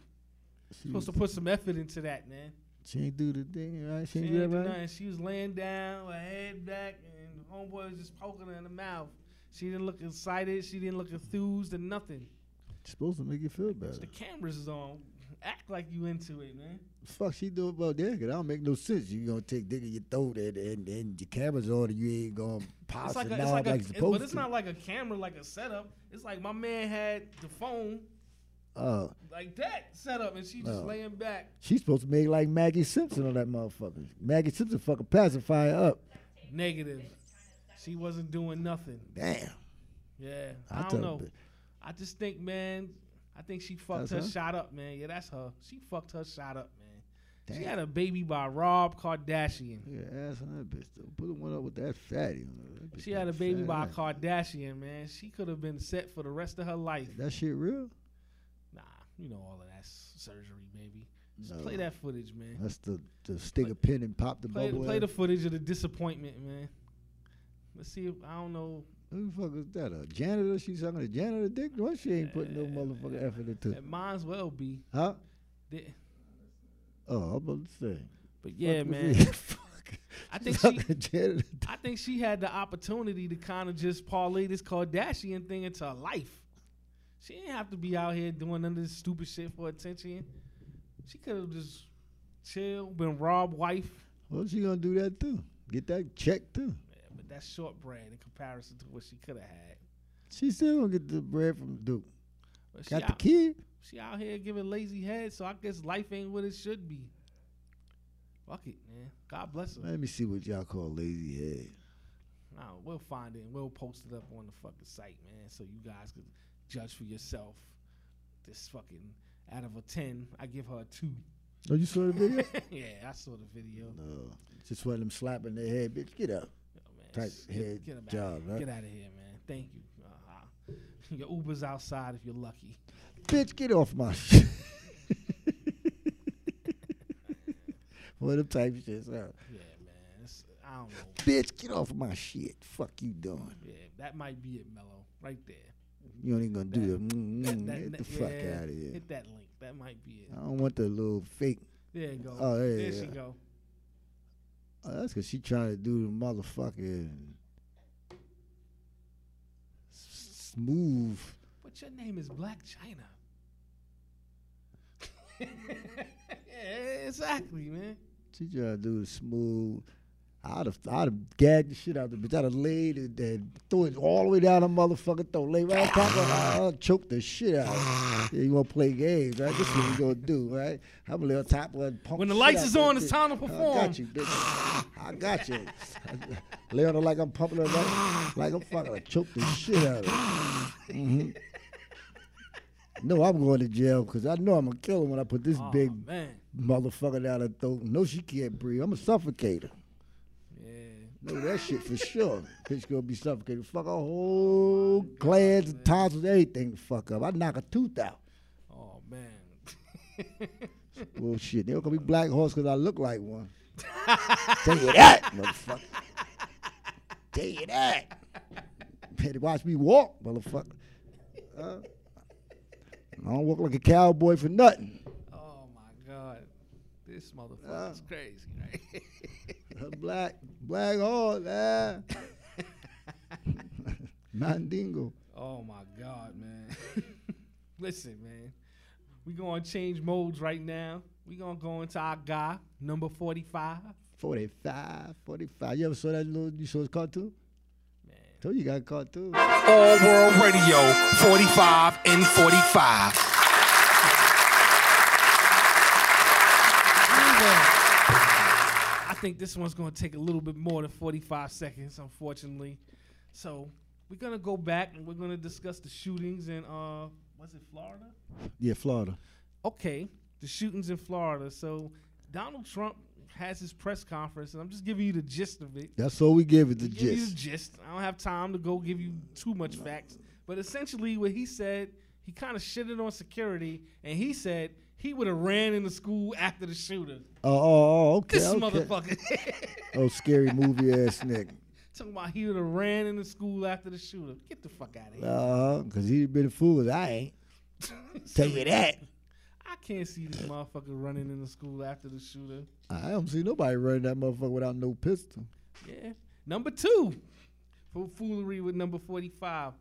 Speaker 2: she,
Speaker 1: supposed to put some effort into that, man.
Speaker 2: she ain't do the thing right. She
Speaker 1: She
Speaker 2: ain't
Speaker 1: ain't do
Speaker 2: do that right.
Speaker 1: nothing. She was laying down, her head back, and the homeboy was just poking her in the mouth. She didn't look excited. She didn't look enthused or nothing.
Speaker 2: She's supposed to make you feel better.
Speaker 1: The cameras is on. Act like you into it, man.
Speaker 2: fuck she do about that? Cause that don't make no sense. You gonna take dick in your throat and and, and your camera's on and you ain't gonna pop
Speaker 1: It's like,
Speaker 2: it
Speaker 1: a,
Speaker 2: out
Speaker 1: it's like,
Speaker 2: like,
Speaker 1: a,
Speaker 2: like
Speaker 1: it's-
Speaker 2: supposed
Speaker 1: but it's
Speaker 2: to.
Speaker 1: not like a camera, like a setup. It's like my man had the phone
Speaker 2: uh,
Speaker 1: like that set up, and she just
Speaker 2: No.
Speaker 1: laying back.
Speaker 2: she's supposed to make like Maggie Simpson on that motherfucker. Maggie Simpson fucking pacify her up.
Speaker 1: Negative. She wasn't doing nothing.
Speaker 2: Damn.
Speaker 1: Yeah,
Speaker 2: I
Speaker 1: I,
Speaker 2: tell
Speaker 1: don't know.
Speaker 2: you.
Speaker 1: I just think, man, I think she fucked
Speaker 2: That's
Speaker 1: her
Speaker 2: her?
Speaker 1: shot up, man. Yeah, that's her. She fucked her shot up, man. She had a baby by Rob Kardashian.
Speaker 2: Look at her ass on that bitch though. Put the one up with that fatty on her. That bitch
Speaker 1: She
Speaker 2: got
Speaker 1: had a baby
Speaker 2: fat
Speaker 1: by a
Speaker 2: ass.
Speaker 1: Kardashian, man. She could have been set for the rest of her life.
Speaker 2: That shit real?
Speaker 1: Nah, you know all of that s- surgery, baby. Just
Speaker 2: No.
Speaker 1: play that footage, man.
Speaker 2: That's the, the stick a pin and pop the
Speaker 1: Play,
Speaker 2: bubble.
Speaker 1: play
Speaker 2: ass.
Speaker 1: the footage of the disappointment, man. Let's see if I don't know.
Speaker 2: Who the fuck is that? A janitor? She's sucking a janitor dick? Why she ain't putting no motherfucking effort into
Speaker 1: It might as well be.
Speaker 2: Huh?
Speaker 1: They-
Speaker 2: Oh, I'm about to say.
Speaker 1: But yeah,
Speaker 2: Fuck
Speaker 1: man.
Speaker 2: with me. *laughs* Fuck.
Speaker 1: I
Speaker 2: *laughs*
Speaker 1: think
Speaker 2: Suck
Speaker 1: she
Speaker 2: a janitor dick.
Speaker 1: I think she had the opportunity to kind of just parlay this Kardashian thing into her life. She didn't have to be out here doing none of this stupid shit for attention. She could have just chill, been Rob wife.
Speaker 2: Well, she gonna do that too. Get that check too.
Speaker 1: Yeah, but that's shortbread in comparison to what she could have had.
Speaker 2: She still gonna get the bread from Duke.
Speaker 1: But she
Speaker 2: Got the
Speaker 1: out,
Speaker 2: kid.
Speaker 1: she out here giving lazy head, so I guess life ain't what it should be. Fuck it, man. God bless her.
Speaker 2: Let me see what y'all call lazy head.
Speaker 1: No, we'll find it and we'll post it up on the fucking site, man, so you guys can judge for yourself. This fucking out of a ten, I give her a two. *laughs*
Speaker 2: Oh, you saw the video?
Speaker 1: yeah, I saw the video.
Speaker 2: no. Just one of them slapping their head, bitch. Get up.
Speaker 1: Yo, Oh, man,
Speaker 2: Type
Speaker 1: just
Speaker 2: head
Speaker 1: him outta
Speaker 2: job,
Speaker 1: here.
Speaker 2: right?
Speaker 1: Get out of here, man. Thank you. Uh-huh. *laughs* Your Uber's outside if you're lucky.
Speaker 2: Bitch, get off my *laughs* shit. One of them type shits. huh?
Speaker 1: Yeah, man. It's, I don't know.
Speaker 2: Bitch, get off my shit. Fuck you doing.
Speaker 1: Yeah, that might be it, Mello. Right there.
Speaker 2: You ain't gonna do that.
Speaker 1: That-
Speaker 2: Mm-mm.
Speaker 1: that-
Speaker 2: Get the
Speaker 1: that-
Speaker 2: fuck
Speaker 1: yeah,
Speaker 2: out of here.
Speaker 1: Hit that link. That might be
Speaker 2: I
Speaker 1: it.
Speaker 2: don't want the little fake.
Speaker 1: There you go.
Speaker 2: Oh, yeah,
Speaker 1: there
Speaker 2: yeah,
Speaker 1: she
Speaker 2: yeah.
Speaker 1: go.
Speaker 2: Oh, that's because she trying to do the motherfucking s- smooth.
Speaker 1: But your name is Black China. *laughs* yeah, exactly, man.
Speaker 2: She trying to do the smooth. I'd have, I'd have gagged the shit out of the bitch. I'd have laid it and threw it all the way down her motherfucking throat. Lay right on top of her. I'd choke the shit out of her. Yeah, you want to play games, right? This is what we going to do, right? I'm going to lay on top of her and pump
Speaker 1: When the
Speaker 2: shit
Speaker 1: lights
Speaker 2: out
Speaker 1: is
Speaker 2: that
Speaker 1: on, it's
Speaker 2: bitch.
Speaker 1: time to perform.
Speaker 2: I got you, bitch. I
Speaker 1: *laughs*
Speaker 2: got you. lay on her like I'm pumping her like, like I'm fucking I choke the shit out of her. Mhm. No, I'm going to jail because I know I'm going to kill her when I put this
Speaker 1: Aw,
Speaker 2: big
Speaker 1: Oh, man.
Speaker 2: motherfucker down her throat. No, she can't breathe. I'm a suffocator.
Speaker 1: Yeah.
Speaker 2: Know that shit for sure. Bitch gonna be suffocated. Fuck her whole glands, tonsils, everything the fuck up. I knock a tooth out.
Speaker 1: Oh man.
Speaker 2: Well, shit, they don't gonna be black horse because I look like one. *laughs* Tell you that, motherfucker. Tell you that. Better watch me walk, motherfucker. Huh? I don't walk like a cowboy for nothing.
Speaker 1: oh my god. This
Speaker 2: Uh.
Speaker 1: motherfucker's crazy, right? *laughs*
Speaker 2: Black, black horse, ah. *laughs* Mandingo.
Speaker 1: oh my god, man. *laughs* Listen, man. We gonna change modes right now. We gonna go into our guy number forty-five.
Speaker 2: 45, 45. You ever saw that little, you saw his cartoon?
Speaker 1: Man,
Speaker 2: Told you got a cartoon.
Speaker 3: All World Radio 45 and 45.
Speaker 1: I think this one's going to take a little bit more than 45 seconds, unfortunately. So we're going to go back and we're going to discuss the shootings in, uh, was it Florida?
Speaker 2: Yeah, Florida.
Speaker 1: Okay, the shootings in Florida. So Donald Trump has his press conference, and I'm just giving you the gist of it.
Speaker 2: That's all we give it the
Speaker 1: Give you the
Speaker 2: gist.
Speaker 1: gist. I don't have time to go give you too much facts. But essentially, what he said, he kind of shitted on security, and he said he would have ran into school after the shooter.
Speaker 2: Oh, oh, oh, okay.
Speaker 1: This
Speaker 2: okay.
Speaker 1: motherfucker. *laughs*
Speaker 2: Oh, scary movie ass nigga.
Speaker 1: Talking about he would have ran into school after the shooter. Get the fuck out of here.
Speaker 2: Uh, cause he been a fool. 'cause
Speaker 1: *laughs*
Speaker 2: I ain't. Tell you that.
Speaker 1: I can't see this motherfucker running into school after the shooter.
Speaker 2: I don't see nobody running that motherfucker without no pistol.
Speaker 1: Yeah. Number two, for foolery with number 45.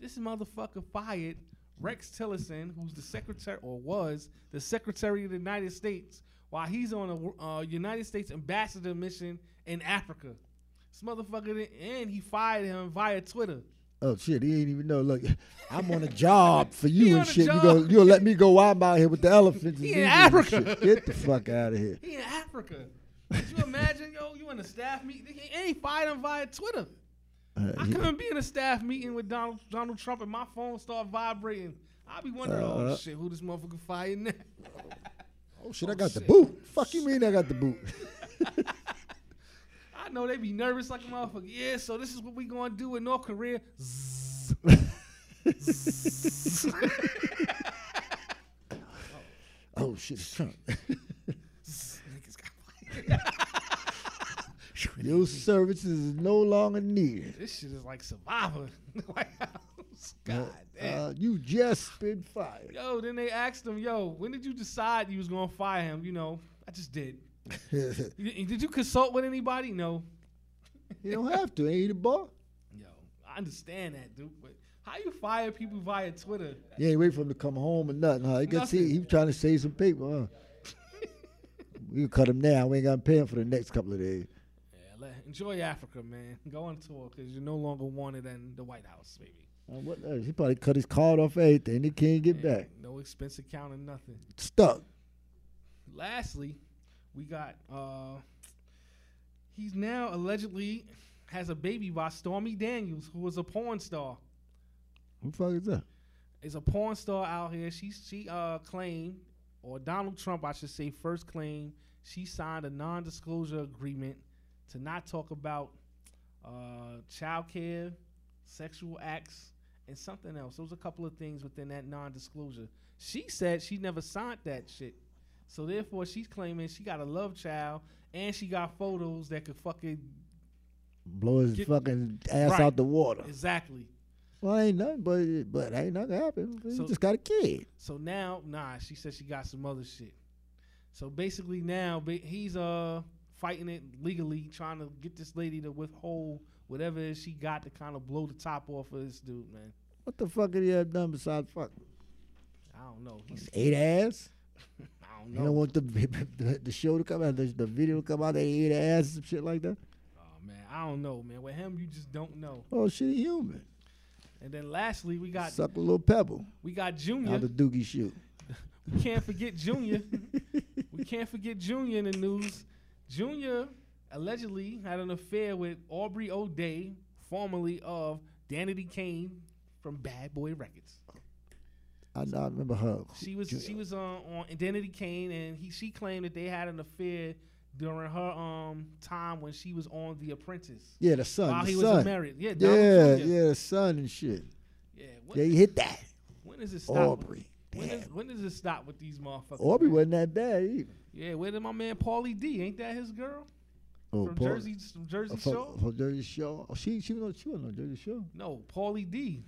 Speaker 1: This motherfucker fired Rex Tillerson, who's the secretary, or was the secretary of the United States, while he's on a wo- uh, United States ambassador mission in Africa. This motherfucker, did and he fired him via Twitter.
Speaker 2: Oh shit, he ain't even know. Look, I'm on a job for
Speaker 1: *laughs*
Speaker 2: you
Speaker 1: He on
Speaker 2: and
Speaker 1: a
Speaker 2: shit. You
Speaker 1: job.
Speaker 2: go, you'll let me go out out here with the elephants. and
Speaker 1: *laughs* He in
Speaker 2: zebras and
Speaker 1: Africa.
Speaker 2: shit. Get the fuck out of here.
Speaker 1: He in Africa. Could you imagine, yo, you in a staff meeting? And he fired him via Twitter.
Speaker 2: Uh,
Speaker 1: *laughs* I
Speaker 2: he-
Speaker 1: couldn't be in a staff meeting with Donald Donald Trump and my phone start vibrating. I'll be wondering, oh
Speaker 2: Uh.
Speaker 1: shit, who this motherfucker fired now?
Speaker 2: Oh shit,
Speaker 1: Oh,
Speaker 2: I got the
Speaker 1: shit.
Speaker 2: boot. Fuck you mean I got the boot?
Speaker 1: *laughs*
Speaker 2: *laughs*
Speaker 1: I know they be nervous like a motherfucker. Yeah, so this is what we gonna do in North Korea. *laughs* Zzz. *laughs* Zzz.
Speaker 2: oh shit,
Speaker 1: *laughs*
Speaker 2: it's Trump.
Speaker 1: Zzz. Niggas got-
Speaker 2: Your services is no longer needed.
Speaker 1: this shit is like Survivor. *laughs* Like, God damn.
Speaker 2: Uh, you just been fired.
Speaker 1: Yo, then they asked him, yo, when did you decide you was gonna fire him? You know, I just did.
Speaker 2: *laughs* you
Speaker 1: Y- Did you consult with anybody? No.
Speaker 2: don't have to. Ain't the ball?
Speaker 1: Yo, I understand that, dude. But how you fire people via Twitter?
Speaker 2: You ain't wait for him to come home or nothing, huh? You can see
Speaker 1: Nothing.
Speaker 2: he was trying to save some paper,
Speaker 1: *laughs*
Speaker 2: huh? we can cut him now. We ain't got to pay him for the next couple of days.
Speaker 1: Yeah, let- enjoy Africa, man. *laughs* Go on tour because you're no longer wanted in the White House, baby.
Speaker 2: Uh, what the- He probably cut his card off everything. He can't get back.
Speaker 1: No expense account or nothing.
Speaker 2: Stuck.
Speaker 1: Lastly, we got uh he's now allegedly has a baby by Stormy Daniels, who is a porn star.
Speaker 2: Who the fuck is that?
Speaker 1: Is a porn star out here. She she uh claimed, or Donald Trump, I should say, first claimed she signed a non-disclosure agreement to not talk about uh child care, sexual acts, and something else. There was a couple of things within that non-disclosure. She said she never signed that shit. So therefore she's claiming she got a love child and she got photos that could fucking
Speaker 2: Blow his
Speaker 1: Get-
Speaker 2: fucking ass
Speaker 1: Right.
Speaker 2: out the water.
Speaker 1: exactly.
Speaker 2: Well, ain't nothing, but but ain't nothing happened. He
Speaker 1: So-
Speaker 2: just got a kid.
Speaker 1: So now, nah, she said she got some other shit. So basically, now ba- he's uh fighting it legally, trying to get this lady to withhold whatever it is she got to kind of blow the top off of this dude, man.
Speaker 2: What the fuck did he have done besides fuck?
Speaker 1: I don't know. He's,
Speaker 2: Ate ass?
Speaker 1: I don't
Speaker 2: You
Speaker 1: know.
Speaker 2: don't want the, *laughs* the the show to come out, the, the video to come out, they ate ass and shit like that?
Speaker 1: oh man, I don't know, man. With him, you just don't know.
Speaker 2: Oh, shit, he human.
Speaker 1: And then lastly, we got
Speaker 2: Suck a little pebble
Speaker 1: we got
Speaker 2: out
Speaker 1: Junior.
Speaker 2: the doogie shoot.
Speaker 1: We can't forget Junior. we can't forget Junior in the news. Junior allegedly had an affair with Aubrey O'Day, formerly of Danity Kane from Bad Boy Records.
Speaker 2: I, know, I remember her.
Speaker 1: She was she was on, on Identity Kane, and he she claimed that they had an affair during her um time when she was on The Apprentice
Speaker 2: Yeah, the son.
Speaker 1: while
Speaker 2: the
Speaker 1: he
Speaker 2: son.
Speaker 1: was married. Yeah, Donald
Speaker 2: Yeah,
Speaker 1: Junior.
Speaker 2: yeah, the son and shit.
Speaker 1: yeah. When,
Speaker 2: Yeah, he hit that.
Speaker 1: when does it stop?
Speaker 2: Aubrey.
Speaker 1: When,
Speaker 2: Damn.
Speaker 1: is, when does it stop with these motherfuckers?
Speaker 2: Aubrey
Speaker 1: man?
Speaker 2: wasn't that bad either.
Speaker 1: Yeah, where did my man Paulie D? Ain't that his girl
Speaker 2: Oh,
Speaker 1: from
Speaker 2: Paul-
Speaker 1: Jersey from Jersey
Speaker 2: oh,
Speaker 1: Shore?
Speaker 2: from, from Jersey Shore. Oh, she she was on she was on Jersey Shore.
Speaker 1: No, Paulie D.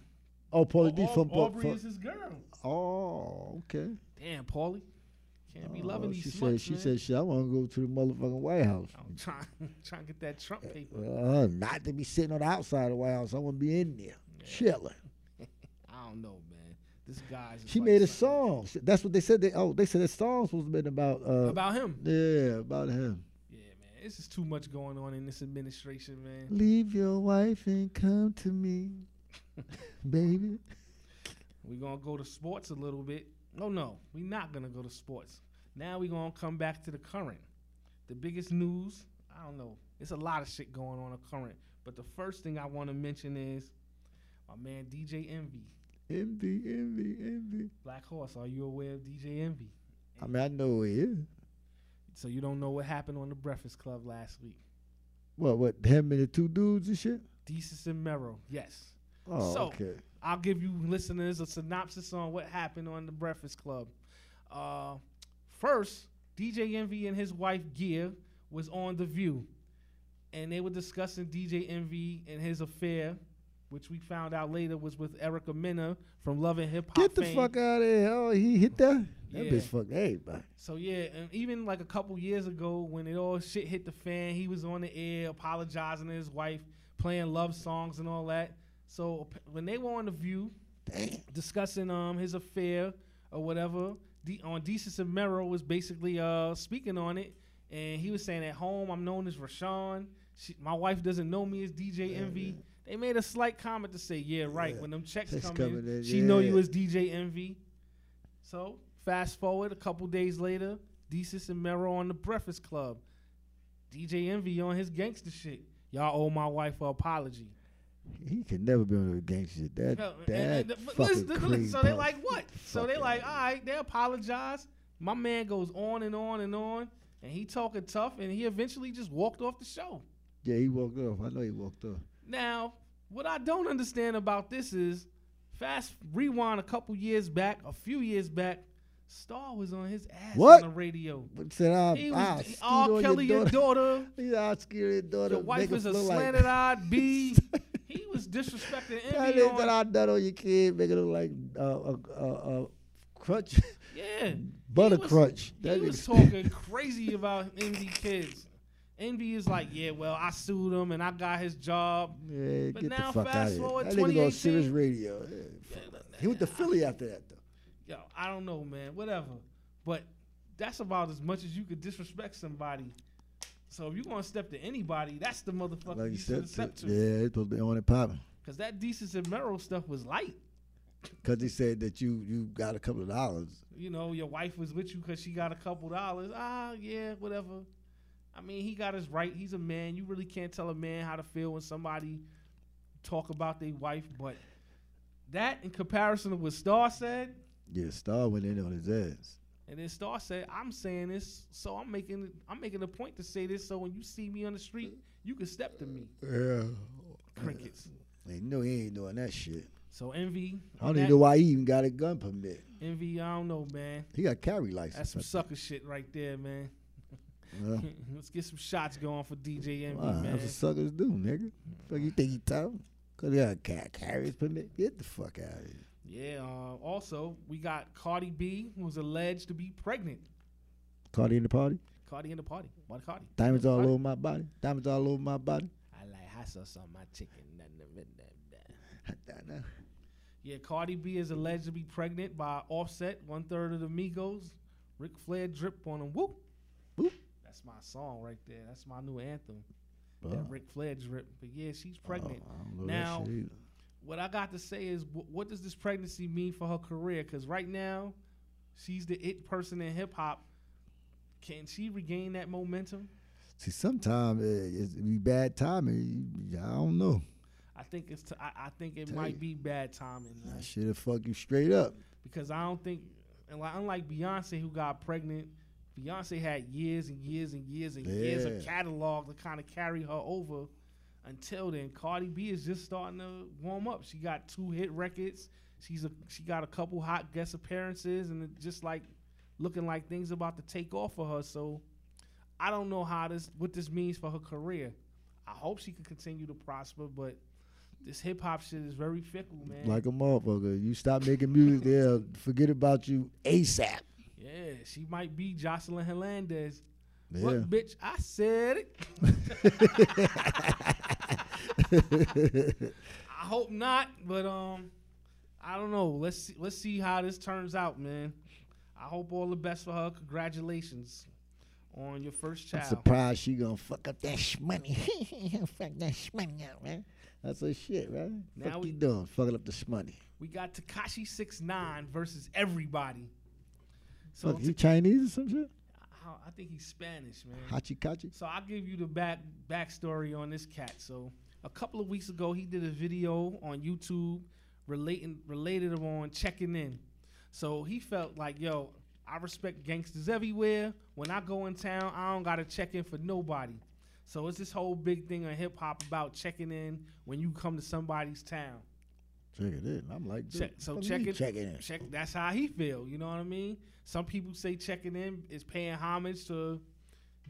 Speaker 2: Oh, Paulie D
Speaker 1: Au-
Speaker 2: from Paul.
Speaker 1: Aubrey is his girl.
Speaker 2: Oh, okay.
Speaker 1: Damn, Paulie. Can't be loving
Speaker 2: Oh,
Speaker 1: these
Speaker 2: she
Speaker 1: smuts,
Speaker 2: said she
Speaker 1: man.
Speaker 2: said shit. I want to go to the motherfucking White House.
Speaker 1: I'm trying, *laughs* trying to get that
Speaker 2: *laughs*
Speaker 1: Trump paper.
Speaker 2: Uh, not to be sitting on the outside of the White House. I want to be in there chilling.
Speaker 1: I don't know, man. This guy's.
Speaker 2: She
Speaker 1: like
Speaker 2: made a
Speaker 1: something.
Speaker 2: song. She- That's what they said. They oh they said that song was been about uh
Speaker 1: about him.
Speaker 2: yeah about him.
Speaker 1: Yeah, man. It's just too much going on in this administration, man.
Speaker 2: Leave your wife and come to me, *laughs* baby.
Speaker 1: We're gonna go to sports a little bit. No, no, we're not gonna go to sports. Now we're gonna come back to the current. The biggest news, I don't know. It's a lot of shit going on at current. But the first thing I wanna mention is my man DJ Envy.
Speaker 2: Envy, envy, envy.
Speaker 1: Black Horse, are you aware of DJ Envy?
Speaker 2: I mean I know it is.
Speaker 1: So you don't know what happened on the Breakfast Club last week.
Speaker 2: What what him and the two dudes and shit.
Speaker 1: Desus and Merrill, yes.
Speaker 2: Oh
Speaker 1: So-
Speaker 2: okay.
Speaker 1: I'll give you listeners a synopsis on what happened on the Breakfast Club. Uh, first, DJ Envy and his wife Gia was on The View, and they were discussing DJ Envy and his affair, which we found out later was with Erica Mena from Love and Hip Hop.
Speaker 2: Get the
Speaker 1: fame.
Speaker 2: fuck out of here. Oh he hit that. That
Speaker 1: Yeah.
Speaker 2: bitch fucked everybody.
Speaker 1: So yeah, and even like a couple years ago when it all shit hit the fan, he was on the air apologizing to his wife, playing love songs and all that. So ap- when they were on the View, discussing um his affair or whatever, D- on Desus and Mero was basically uh speaking on it, and he was saying at home I'm known as Rashawn. She, my wife doesn't know me as DJ Envy. They made a slight comment to say, "Yeah, right.
Speaker 2: Yeah.
Speaker 1: When them checks
Speaker 2: Checks
Speaker 1: come
Speaker 2: coming
Speaker 1: in,
Speaker 2: in,
Speaker 1: she know you
Speaker 2: yeah.
Speaker 1: as DJ Envy." So fast forward a couple days later, Desus and Mero on the Breakfast Club. DJ Envy on his gangster shit. Y'all owe my wife an apology.
Speaker 2: He can never be on the gang shit. That
Speaker 1: Hell, and-
Speaker 2: that
Speaker 1: and the- but
Speaker 2: fucking
Speaker 1: listen, listen,
Speaker 2: cream
Speaker 1: so they
Speaker 2: puff.
Speaker 1: like ah. what? So they
Speaker 2: Fucking-
Speaker 1: like, all right, they apologize. My man goes on and on and on, and he talking tough, and he eventually just walked off the show.
Speaker 2: Yeah, he walked off. I know he walked off.
Speaker 1: Now, what I don't understand about this is, fast rewind a couple years back, a few years back, Star was on his ass
Speaker 2: What?
Speaker 1: on the radio.
Speaker 2: But said, "Ah, I,
Speaker 1: He
Speaker 2: I
Speaker 1: was
Speaker 2: skeet
Speaker 1: all
Speaker 2: on
Speaker 1: Kelly,
Speaker 2: your
Speaker 1: your
Speaker 2: daughter. *laughs*
Speaker 1: daughter.
Speaker 2: Yeah, I skeet your daughter.
Speaker 1: Your wife
Speaker 2: make
Speaker 1: is a
Speaker 2: her look like- *laughs*
Speaker 1: slanted eyed bee. He was disrespecting
Speaker 2: That
Speaker 1: Envy
Speaker 2: is
Speaker 1: on.
Speaker 2: that I done on your kid, make it look like uh, a uh, uh, *laughs* crunch,
Speaker 1: Yeah,
Speaker 2: butter
Speaker 1: He was-
Speaker 2: crunch. That
Speaker 1: he was
Speaker 2: nigga- *laughs*
Speaker 1: talking crazy about Envy kids. Envy is like, yeah, well, I sued him and I got his job.
Speaker 2: Yeah,
Speaker 1: But
Speaker 2: get
Speaker 1: now
Speaker 2: the fuck
Speaker 1: fast
Speaker 2: out of here.
Speaker 1: forward
Speaker 2: That nigga go on
Speaker 1: 2018.
Speaker 2: serious radio. Yeah, fuck that. he went to Philly after that though.
Speaker 1: Yo, I don't know, man. Whatever. But that's about as much as you could disrespect somebody. So if you're gonna step to anybody, that's the motherfucker
Speaker 2: Like
Speaker 1: you
Speaker 2: you
Speaker 1: should
Speaker 2: said,
Speaker 1: step
Speaker 2: t-
Speaker 1: to.
Speaker 2: yeah, it was on and popping
Speaker 1: Cause that Desus and Merrill stuff was light.
Speaker 2: because he said that you you got a couple of dollars.
Speaker 1: You know, your wife was with you because she got a couple dollars. Ah, yeah, whatever. I mean, he got his right. He's a man. You really can't tell a man how to feel when somebody talk about their wife. But that, in comparison to what Star said,
Speaker 2: Yeah, Star went in on his ass.
Speaker 1: And then Star said, "I'm saying this, so I'm making I'm making a point to say this, so when you see me on the street, you can step to me."
Speaker 2: Yeah,
Speaker 1: Crickets.
Speaker 2: he knew he ain't doing that shit.
Speaker 1: So envy.
Speaker 2: I
Speaker 1: on
Speaker 2: don't even
Speaker 1: that-
Speaker 2: know why he even got a gun permit.
Speaker 1: Envy. I don't know, man.
Speaker 2: He got carry license.
Speaker 1: That's some sucker shit right there, man. *laughs*
Speaker 2: Well,
Speaker 1: Let's get some shots going for DJ Envy,
Speaker 2: Wow,
Speaker 1: man.
Speaker 2: that's what suckers do, nigga. Fuck you think he tough? Cause he got a ca- carriage permit. Get the fuck out of here.
Speaker 1: Yeah. Uh, also, we got Cardi B, who was alleged to be pregnant.
Speaker 2: Cardi in the party.
Speaker 1: Cardi in the party. What Cardi?
Speaker 2: Diamonds all over my body. Diamonds all over my body. *laughs*
Speaker 1: I like I saw some my chicken.
Speaker 2: I don't know.
Speaker 1: Yeah, Cardi B is alleged to be pregnant by Offset, one third of the Migos. Ric Flair drip on him. Whoop.
Speaker 2: Whoop.
Speaker 1: That's my song right there. That's my new anthem.
Speaker 2: Oh.
Speaker 1: That Ric Flair drip. But yeah, she's pregnant.
Speaker 2: Oh, I don't know
Speaker 1: Now-
Speaker 2: that shit either.
Speaker 1: What I got to say is, wh- what does this pregnancy mean for her career? Because right now, she's the it person in hip hop. Can she regain that momentum?
Speaker 2: See, sometimes it, it's- it be bad timing. You- I don't know.
Speaker 1: I think it's. T- I, I think it
Speaker 2: Tell
Speaker 1: might
Speaker 2: you.
Speaker 1: be bad timing. man.
Speaker 2: That should have fucked you straight up.
Speaker 1: because I don't think, and like, unlike Beyonce who got pregnant, Beyonce had years and years and years and years of
Speaker 2: Yeah.
Speaker 1: catalog to kind of carry her over. Until then, Cardi B is just starting to warm up. She got two hit records. She's a she got a couple hot guest appearances, and it just like looking like things about to take off for her. So I don't know how this what this means for her career. I hope she can continue to prosper, but this hip hop shit is very fickle, man.
Speaker 2: Like a motherfucker. You stop making music there, forget about you ASAP.
Speaker 1: Yeah, she might be Jocelyn Hernandez.
Speaker 2: Yeah.
Speaker 1: What bitch? I said it. *laughs* *laughs*
Speaker 2: *laughs*
Speaker 1: I hope not, but um, I don't know. Let's see, let's see how this turns out, man. I hope all the best for her. Congratulations on your first
Speaker 2: I'm
Speaker 1: child.
Speaker 2: surprised she gonna fuck up that sh money. *laughs* fuck that sh money up, man. That's her shit, right?
Speaker 1: Now
Speaker 2: fuck
Speaker 1: we-
Speaker 2: you doing? Fucking up the sh money.
Speaker 1: we got Takashi Six Nine versus everybody. So
Speaker 2: Fuck, he Chinese or some shit?
Speaker 1: I, I think he's Spanish, man.
Speaker 2: Hachikachi?
Speaker 1: So I'll give you the back backstory on this cat. So a couple of weeks ago, he did a video on YouTube relating related on checking in. So he felt like, yo, I respect gangsters everywhere. When I go in town, I don't gotta check in for nobody. So it's this whole big thing on hip hop about checking in when you come to somebody's town.
Speaker 2: Check it in. I'm like, dude,
Speaker 1: Check, so
Speaker 2: fuck
Speaker 1: check
Speaker 2: me
Speaker 1: it,
Speaker 2: Check it in.
Speaker 1: Check. That's how he feel. You know what I mean? Some people say checking in is paying homage to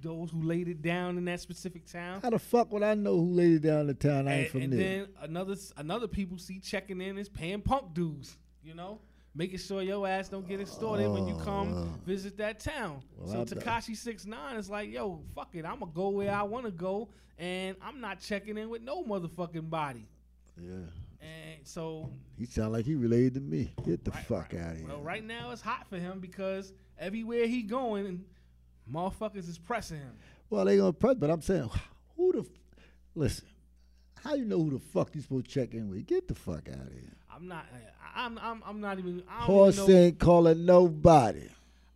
Speaker 1: those who laid it down in that specific town.
Speaker 2: How the fuck would I know who laid it down the town? I ain't
Speaker 1: and,
Speaker 2: from
Speaker 1: and
Speaker 2: there.
Speaker 1: then another s- another people see checking in is paying punk dues, you know, making sure your ass don't get extorted when you come visit that town.
Speaker 2: Oh. Well,
Speaker 1: so
Speaker 2: I-
Speaker 1: Takashi Six Nine is like, yo, fuck it, I'ma go where I wanna go, and I'm not checking in with no motherfucking body.
Speaker 2: yeah.
Speaker 1: And so,
Speaker 2: He sound like he related to me. Get the
Speaker 1: right-
Speaker 2: fuck
Speaker 1: right-
Speaker 2: out of here.
Speaker 1: well, right now it's hot for him because everywhere he going, motherfuckers is pressing him.
Speaker 2: Well, they gonna press, but I'm saying, *sighs* who the? F- Listen, how you know who the fuck you supposed to check in with? Get the fuck out of here.
Speaker 1: I'm not, I'm, I'm, I'm not even. I don't even
Speaker 2: Horse
Speaker 1: know,
Speaker 2: ain't calling nobody.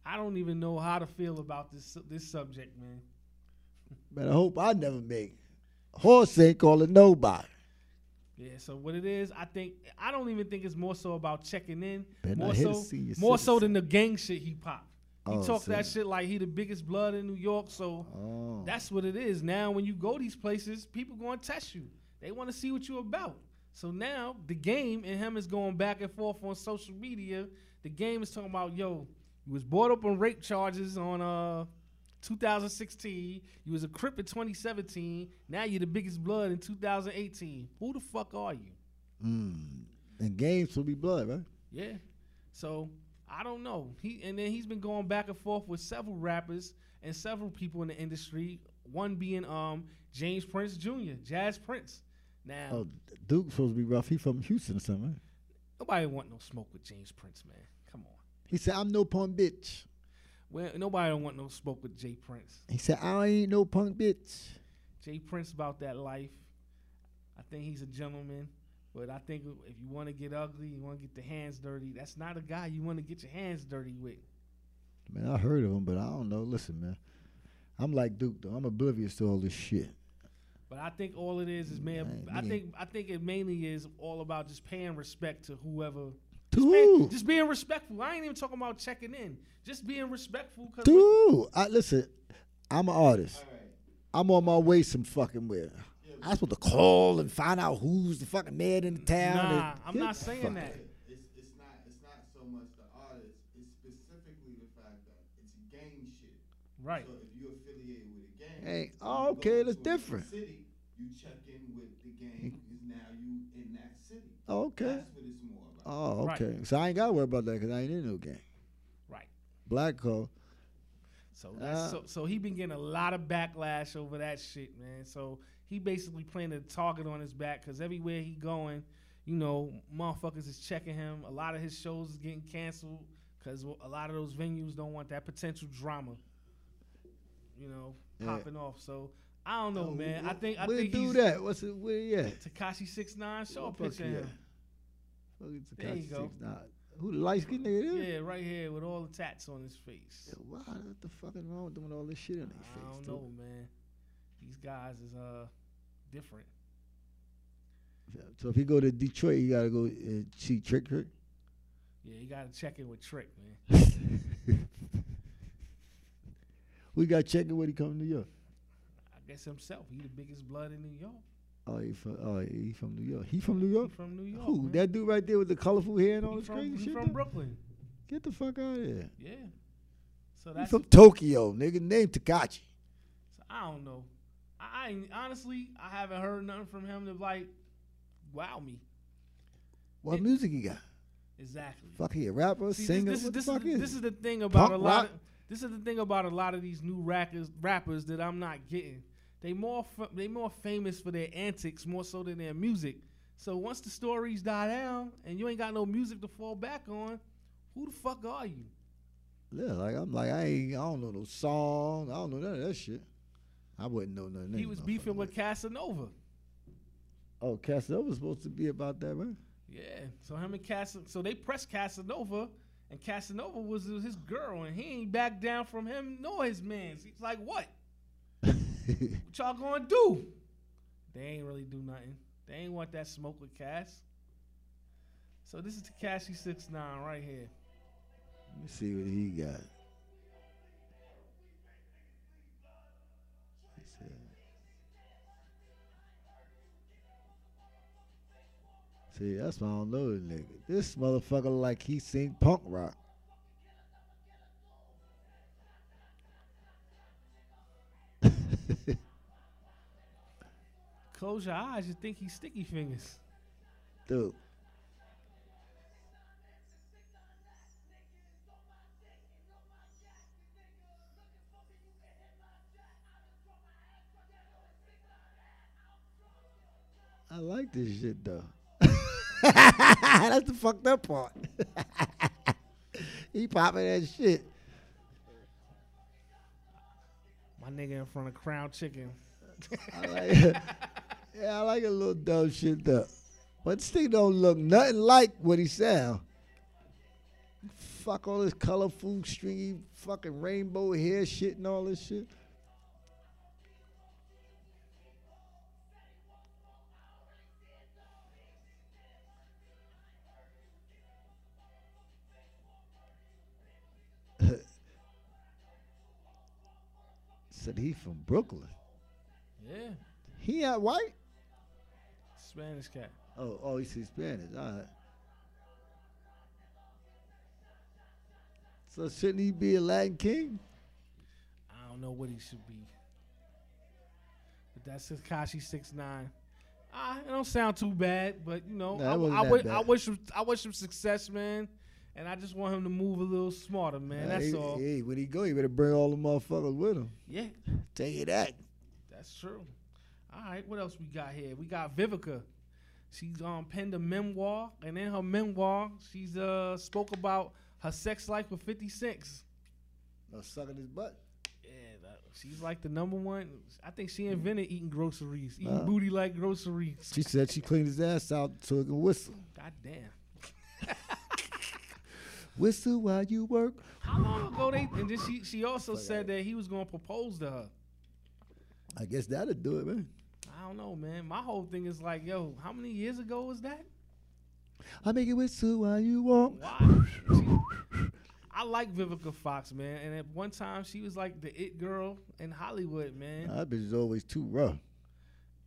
Speaker 1: I don't even know how to feel about this su- this subject, man.
Speaker 2: Man, I hope I never make. it. Horse ain't calling nobody.
Speaker 1: Yeah, so what it is, I think I don't even think it's more so about checking in,
Speaker 2: Better
Speaker 1: more
Speaker 2: not hit a
Speaker 1: so
Speaker 2: senior
Speaker 1: more so than
Speaker 2: citizen.
Speaker 1: the gang shit he popped. He
Speaker 2: Oh,
Speaker 1: talked
Speaker 2: so-
Speaker 1: that shit like he the biggest blood in New York. So
Speaker 2: Oh.
Speaker 1: that's what it is. Now when you go these places, people going to test you. They want to see what you're about. So now the game and him is going back and forth on social media. The game is talking about yo, you was brought up on rape charges on uh 2016. You was a crip in 2017. Now you're the biggest blood in 2018. Who the fuck are you?
Speaker 2: Mm. And games will be blood, right?
Speaker 1: Yeah. So I don't know. He and then he's been going back and forth with several rappers and several people in the industry. One being um James Prince Jr., Jazz Prince. Now
Speaker 2: Oh, Duke's supposed to be rough. He from Houston, somewhere.
Speaker 1: nobody want no smoke with James Prince, man. Come on.
Speaker 2: He said, "I'm no punk bitch."
Speaker 1: Well, nobody don't want no smoke with Jay Prince.
Speaker 2: He said, "I ain't no punk bitch."
Speaker 1: Jay Prince about that life. I think he's a gentleman, but I think if you want to get ugly, you want to get the hands dirty. That's not a guy you want to get your hands dirty with.
Speaker 2: Man, I heard of him, but I don't know. Listen, man, I'm like Duke though. I'm oblivious to all this shit.
Speaker 1: But I think all it is is man.
Speaker 2: Man,
Speaker 1: I
Speaker 2: nigga.
Speaker 1: think I think it mainly is all about just paying respect to whoever. Just, pay-
Speaker 2: Dude,
Speaker 1: just being respectful. I ain't even talking about checking in. Just being respectful. Cause
Speaker 2: dude. I listen. I'm an artist. I'm on my way some fucking where. I'm supposed to call and find out who's the fucking man in the town. and-
Speaker 1: nah, I'm
Speaker 2: Get
Speaker 1: not
Speaker 2: the
Speaker 1: saying
Speaker 2: fuck-
Speaker 1: that.
Speaker 4: It's, it's not it's not so much the artist. It's specifically the fact that it's gang shit.
Speaker 1: Right.
Speaker 4: So if you affiliated with a gang,
Speaker 2: Hey,
Speaker 4: when
Speaker 2: oh,
Speaker 4: you go
Speaker 2: okay, that's
Speaker 4: to a
Speaker 2: different. Mm-hmm.
Speaker 4: City, you check in with the gang because now you in that city.
Speaker 2: Oh, Okay.
Speaker 4: That's what it's more about.
Speaker 2: Oh,
Speaker 1: Right.
Speaker 2: okay. So I ain't gotta worry about that because I ain't in no gang.
Speaker 1: Right.
Speaker 2: Black call.
Speaker 1: So that's,
Speaker 2: Uh,
Speaker 1: so so he been getting a lot of backlash over that shit, man. So he basically planted a target on his back because everywhere he going, you know, motherfuckers is checking him. A lot of his shows is getting canceled because a lot of those venues don't want that potential drama, you know,
Speaker 2: Yeah. Oh,
Speaker 1: popping off. So I don't know, man. I think I
Speaker 2: Where
Speaker 1: think
Speaker 2: do
Speaker 1: he's
Speaker 2: that? What's it? Where he at?
Speaker 1: Takashi six nine. Show a
Speaker 2: Fuck
Speaker 1: picture of
Speaker 2: yeah.
Speaker 1: him.
Speaker 2: Fucking
Speaker 1: There you
Speaker 2: Tekashi
Speaker 1: go.
Speaker 2: 6ix9ine. Who the light skinned nigga? is?
Speaker 1: Yeah, right here with all the tats on his face.
Speaker 2: Yeah, Why what the fuck is wrong with doing all this shit in their face?
Speaker 1: I don't
Speaker 2: dude?
Speaker 1: know, man. These guys is uh different.
Speaker 2: Yeah, So if he go to Detroit, he gotta go uh, see Trick Trick. *laughs*
Speaker 1: Yeah, you gotta check in with Trick, man.
Speaker 2: we got checking when he come to New York.
Speaker 1: I guess himself. He the biggest blood in New York.
Speaker 2: Oh, he from oh he from New York. He from New
Speaker 1: He
Speaker 2: York.
Speaker 1: from New York.
Speaker 2: Who
Speaker 1: man.
Speaker 2: that dude right there with the colorful hair and all
Speaker 1: He
Speaker 2: this
Speaker 1: from,
Speaker 2: crazy
Speaker 1: he
Speaker 2: shit?
Speaker 1: from
Speaker 2: though?
Speaker 1: Brooklyn.
Speaker 2: Get the fuck out of here.
Speaker 1: Yeah. So
Speaker 2: He
Speaker 1: that's
Speaker 2: from Tokyo, nigga. Name Takachi.
Speaker 1: so I don't know. I, I ain't- honestly I haven't heard nothing from him that like wow me.
Speaker 2: What
Speaker 1: It-
Speaker 2: music he got?
Speaker 1: Exactly.
Speaker 2: Fuck he a rapper,
Speaker 1: See,
Speaker 2: singer.
Speaker 1: this,
Speaker 2: what
Speaker 1: this,
Speaker 2: the
Speaker 1: is,
Speaker 2: fuck
Speaker 1: this, is,
Speaker 2: is?
Speaker 1: this
Speaker 2: it?
Speaker 1: is the thing about a
Speaker 2: Punk
Speaker 1: lot
Speaker 2: rock?
Speaker 1: of, this is the thing about a lot of these new rappers rappers that I'm not getting. They more fa- they more famous for their antics more so than their music. So once the stories die down and you ain't got no music to fall back on, who the fuck are you?
Speaker 2: Yeah, like I'm like I ain't I don't know no song. I don't know none of that shit. I wouldn't know nothing.
Speaker 1: He
Speaker 2: that
Speaker 1: was
Speaker 2: motherfucker
Speaker 1: beefing
Speaker 2: would.
Speaker 1: with Casanova.
Speaker 2: Oh, Casanova was supposed to be about that, right?
Speaker 1: Yeah. So him and Cas so they pressed Casanova and Casanova was his girl and he ain't back down from him nor his man's. He's like, what?
Speaker 2: *laughs*
Speaker 1: What y'all gonna do? They ain't really do nothing. They ain't want that smoke with Cass. So this is Takashi Six Nine right here.
Speaker 2: Let me see what he got. He said- See, that's why I don't know this nigga. This motherfucker like he sing punk rock.
Speaker 1: Close your eyes, you think he's sticky fingers.
Speaker 2: Dude. I like this shit though. *laughs* That's the fucked up part. *laughs* he popping that shit.
Speaker 1: My nigga in front of Crown Chicken.
Speaker 2: I like, yeah, I like a little dumb shit though. But this thing don't look nothing like what he sound. Fuck all this colorful, stringy, fucking rainbow hair shit and all this shit. *laughs* said he from Brooklyn.
Speaker 1: Yeah,
Speaker 2: He not white?
Speaker 1: Spanish cat.
Speaker 2: Oh, oh, he's Hispanic. All right. So shouldn't he be a Latin king?
Speaker 1: I don't know what he should be. But that's Sakashi six nine. Ah, it don't sound too bad, but you know,
Speaker 2: No, that wasn't
Speaker 1: I, I,
Speaker 2: that
Speaker 1: wish, I
Speaker 2: bad.
Speaker 1: wish him, I wish him success, man. And I just want him to move a little smarter, man.
Speaker 2: Nah,
Speaker 1: That's
Speaker 2: he-
Speaker 1: all.
Speaker 2: Hey, when he go, he better bring all the motherfuckers with him.
Speaker 1: Yeah,
Speaker 2: Tell you that.
Speaker 1: that's true. All right, what else we got here? We got Vivica. She's um penned a memoir, and in her memoir, she's uh spoke about her sex life with Fifty Six.
Speaker 2: No sucking his butt.
Speaker 1: Yeah, that, Mm. she's like the number one. I think she invented eating groceries, eating
Speaker 2: Wow.
Speaker 1: booty like groceries.
Speaker 2: She said she cleaned his ass out so he can whistle.
Speaker 1: God damn.
Speaker 2: Whistle while you work.
Speaker 1: How long ago they? And then she she also said that he was gonna propose to her.
Speaker 2: I guess that'll do it, man.
Speaker 1: I don't know, man. My whole thing is like, yo, how many years ago was that?
Speaker 2: I make it whistle while you walk.
Speaker 1: Why? She- I like Vivica Fox, man. And at one time she was like the it girl in Hollywood, man.
Speaker 2: That bitch is always too rough.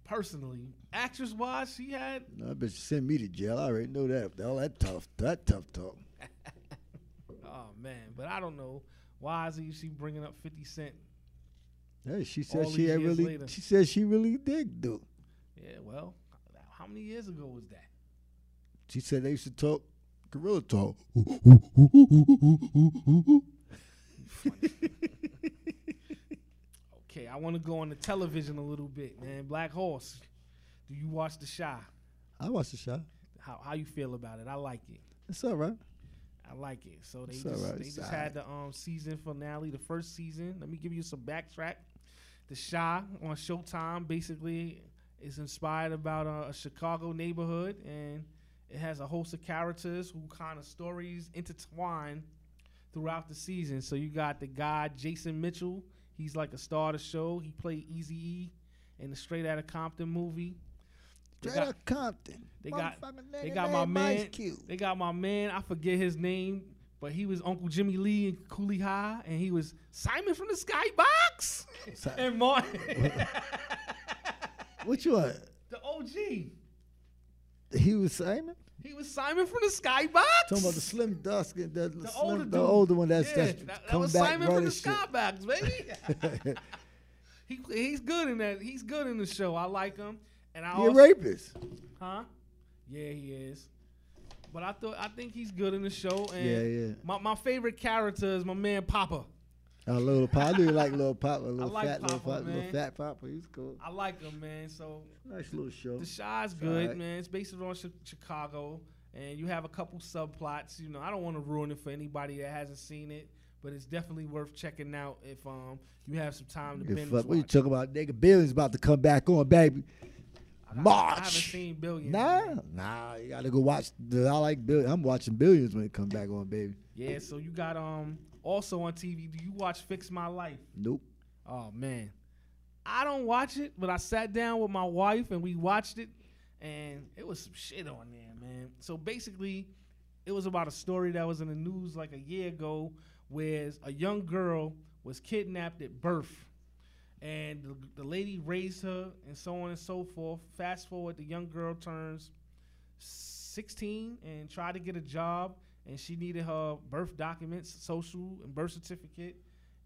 Speaker 1: Personally, actress wise, she had
Speaker 2: That bitch send me to jail. I already know that. All that tough, that tough talk.
Speaker 1: oh man, but I don't know why is he she bringing up Fifty Cent?
Speaker 2: Hey, she said
Speaker 1: All
Speaker 2: she
Speaker 1: these
Speaker 2: had
Speaker 1: years
Speaker 2: really.
Speaker 1: later.
Speaker 2: She said she really did do.
Speaker 1: Yeah, well, how many years ago was that?
Speaker 2: She said they used to talk gorilla talk.
Speaker 1: Okay, I want to go on the television a little bit, man. Black Horse. Do you watch The Shy?
Speaker 2: I watched the shot.
Speaker 1: How how you feel about it? I like it.
Speaker 2: It's all right.
Speaker 1: I like it. So they
Speaker 2: It's
Speaker 1: just
Speaker 2: alright,
Speaker 1: they
Speaker 2: it's
Speaker 1: just had the um season finale, the first season. Let me give you some backtrack. The Shy on Showtime basically is inspired about a, a Chicago neighborhood, and it has a host of characters who kind of stories intertwine throughout the season. So you got the guy Jason Mitchell. He's like a star of the show. He played Easy E in the Straight Outta Compton movie. They
Speaker 2: Straight
Speaker 1: got-
Speaker 2: out Compton.
Speaker 1: they got
Speaker 2: Motherfucking
Speaker 1: they
Speaker 2: nigga
Speaker 1: got my
Speaker 2: named
Speaker 1: man.
Speaker 2: Ice
Speaker 1: *laughs*
Speaker 2: Cube.
Speaker 1: They got my man. I forget his name, but he was Uncle Jimmy Lee in Cooley High, and he was Simon from the Skybox
Speaker 2: Si-
Speaker 1: *laughs* and Martin,
Speaker 2: What you are?
Speaker 1: the OG.
Speaker 2: He was Simon.
Speaker 1: He was Simon from the Skybox.
Speaker 2: Talking about the slim dusk and the,
Speaker 1: The
Speaker 2: slim,
Speaker 1: older
Speaker 2: the
Speaker 1: dude.
Speaker 2: older one that's,
Speaker 1: yeah,
Speaker 2: that's
Speaker 1: that, that
Speaker 2: come
Speaker 1: was
Speaker 2: back
Speaker 1: Simon from
Speaker 2: running
Speaker 1: the
Speaker 2: shit. *laughs*
Speaker 1: Skybox, baby. *laughs* he he's good in that. He's good in the show. I like him, and I
Speaker 2: He a
Speaker 1: also,
Speaker 2: rapist.
Speaker 1: Huh? Yeah, he is. But I thought I think he's good in the show. And
Speaker 2: Yeah, yeah.
Speaker 1: My, my favorite character is my man Papa.
Speaker 2: A little pop. I do like little pop. A little
Speaker 1: like
Speaker 2: fat, little
Speaker 1: Papa,
Speaker 2: pop, little
Speaker 1: man.
Speaker 2: fat pop. He's cool.
Speaker 1: I like him, man. So
Speaker 2: Nice little show.
Speaker 1: the shy's good,
Speaker 2: alright.
Speaker 1: man. It's based on Chi- Chicago, and you have a couple subplots. You know, I don't want to ruin it for anybody that hasn't seen it, but it's definitely worth checking out if um you have some time to
Speaker 2: Yeah,
Speaker 1: binge
Speaker 2: fuck, what you
Speaker 1: watch.
Speaker 2: talking about? Nigga, Billion's about to come back on, baby.
Speaker 1: I haven't
Speaker 2: March.
Speaker 1: seen Billions.
Speaker 2: Nah,
Speaker 1: man.
Speaker 2: nah. You gotta go watch. the- I like Billion. I'm watching Billions when it comes back on, baby.
Speaker 1: Yeah, so you got um also on TV. Do you watch Fix My Life?
Speaker 2: Nope.
Speaker 1: Oh man, I don't watch it, but I sat down with my wife and we watched it, and it was some shit on there, man. So basically, it was about a story that was in the news like a year ago, where a young girl was kidnapped at birth, and the, the lady raised her, and so on and so forth. Fast forward, the young girl turns 16 and tried to get a job and she needed her birth documents social and birth certificate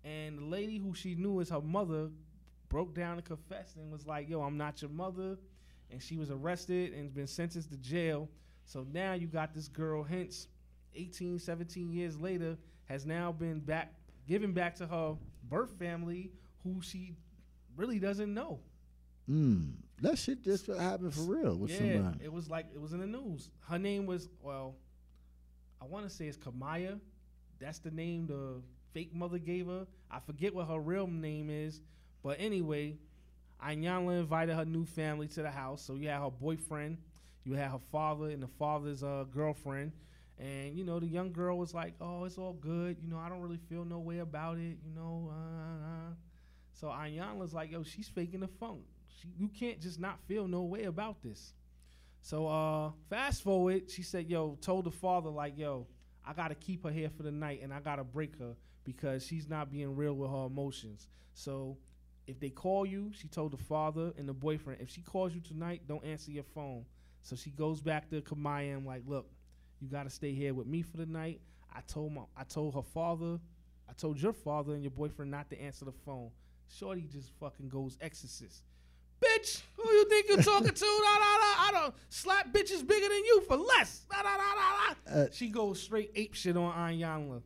Speaker 1: and the lady who she knew as her mother broke down and confessed and was like yo i'm not your mother and she was arrested and been sentenced to jail so now you got this girl hence 18 17 years later has now been back given back to her birth family who she really doesn't know
Speaker 2: Mm. That shit just happened for real with somebody.
Speaker 1: it was like it was in the news. Her name was well, I want to say it's Kamaya. That's the name the fake mother gave her. I forget what her real name is, but anyway, Anyala invited her new family to the house. So you had her boyfriend, you had her father, and the father's uh, girlfriend. And you know the young girl was like, "Oh, it's all good. You know, I don't really feel no way about it. You know." Uh, uh, uh." So Anyala's like, "Yo, she's faking the funk. She, you can't just not feel no way about this." So uh, fast forward, she said, "Yo," told the father like, "Yo, I gotta keep her here for the night, and I gotta break her because she's not being real with her emotions." So If they call you, she told the father and the boyfriend, if she calls you tonight, don't answer your phone. So she goes back to Kamaya and like, look, you gotta stay here with me for the night. I told my I told her father, I told your father and your boyfriend not to answer the phone. Shorty just fucking goes exorcist. Bitch, who you think you're talking to? Da, da, da. I don't slap bitches bigger than you for less. Da, da, da, da, da.
Speaker 2: Uh,
Speaker 1: she goes straight ape shit on Ayanla.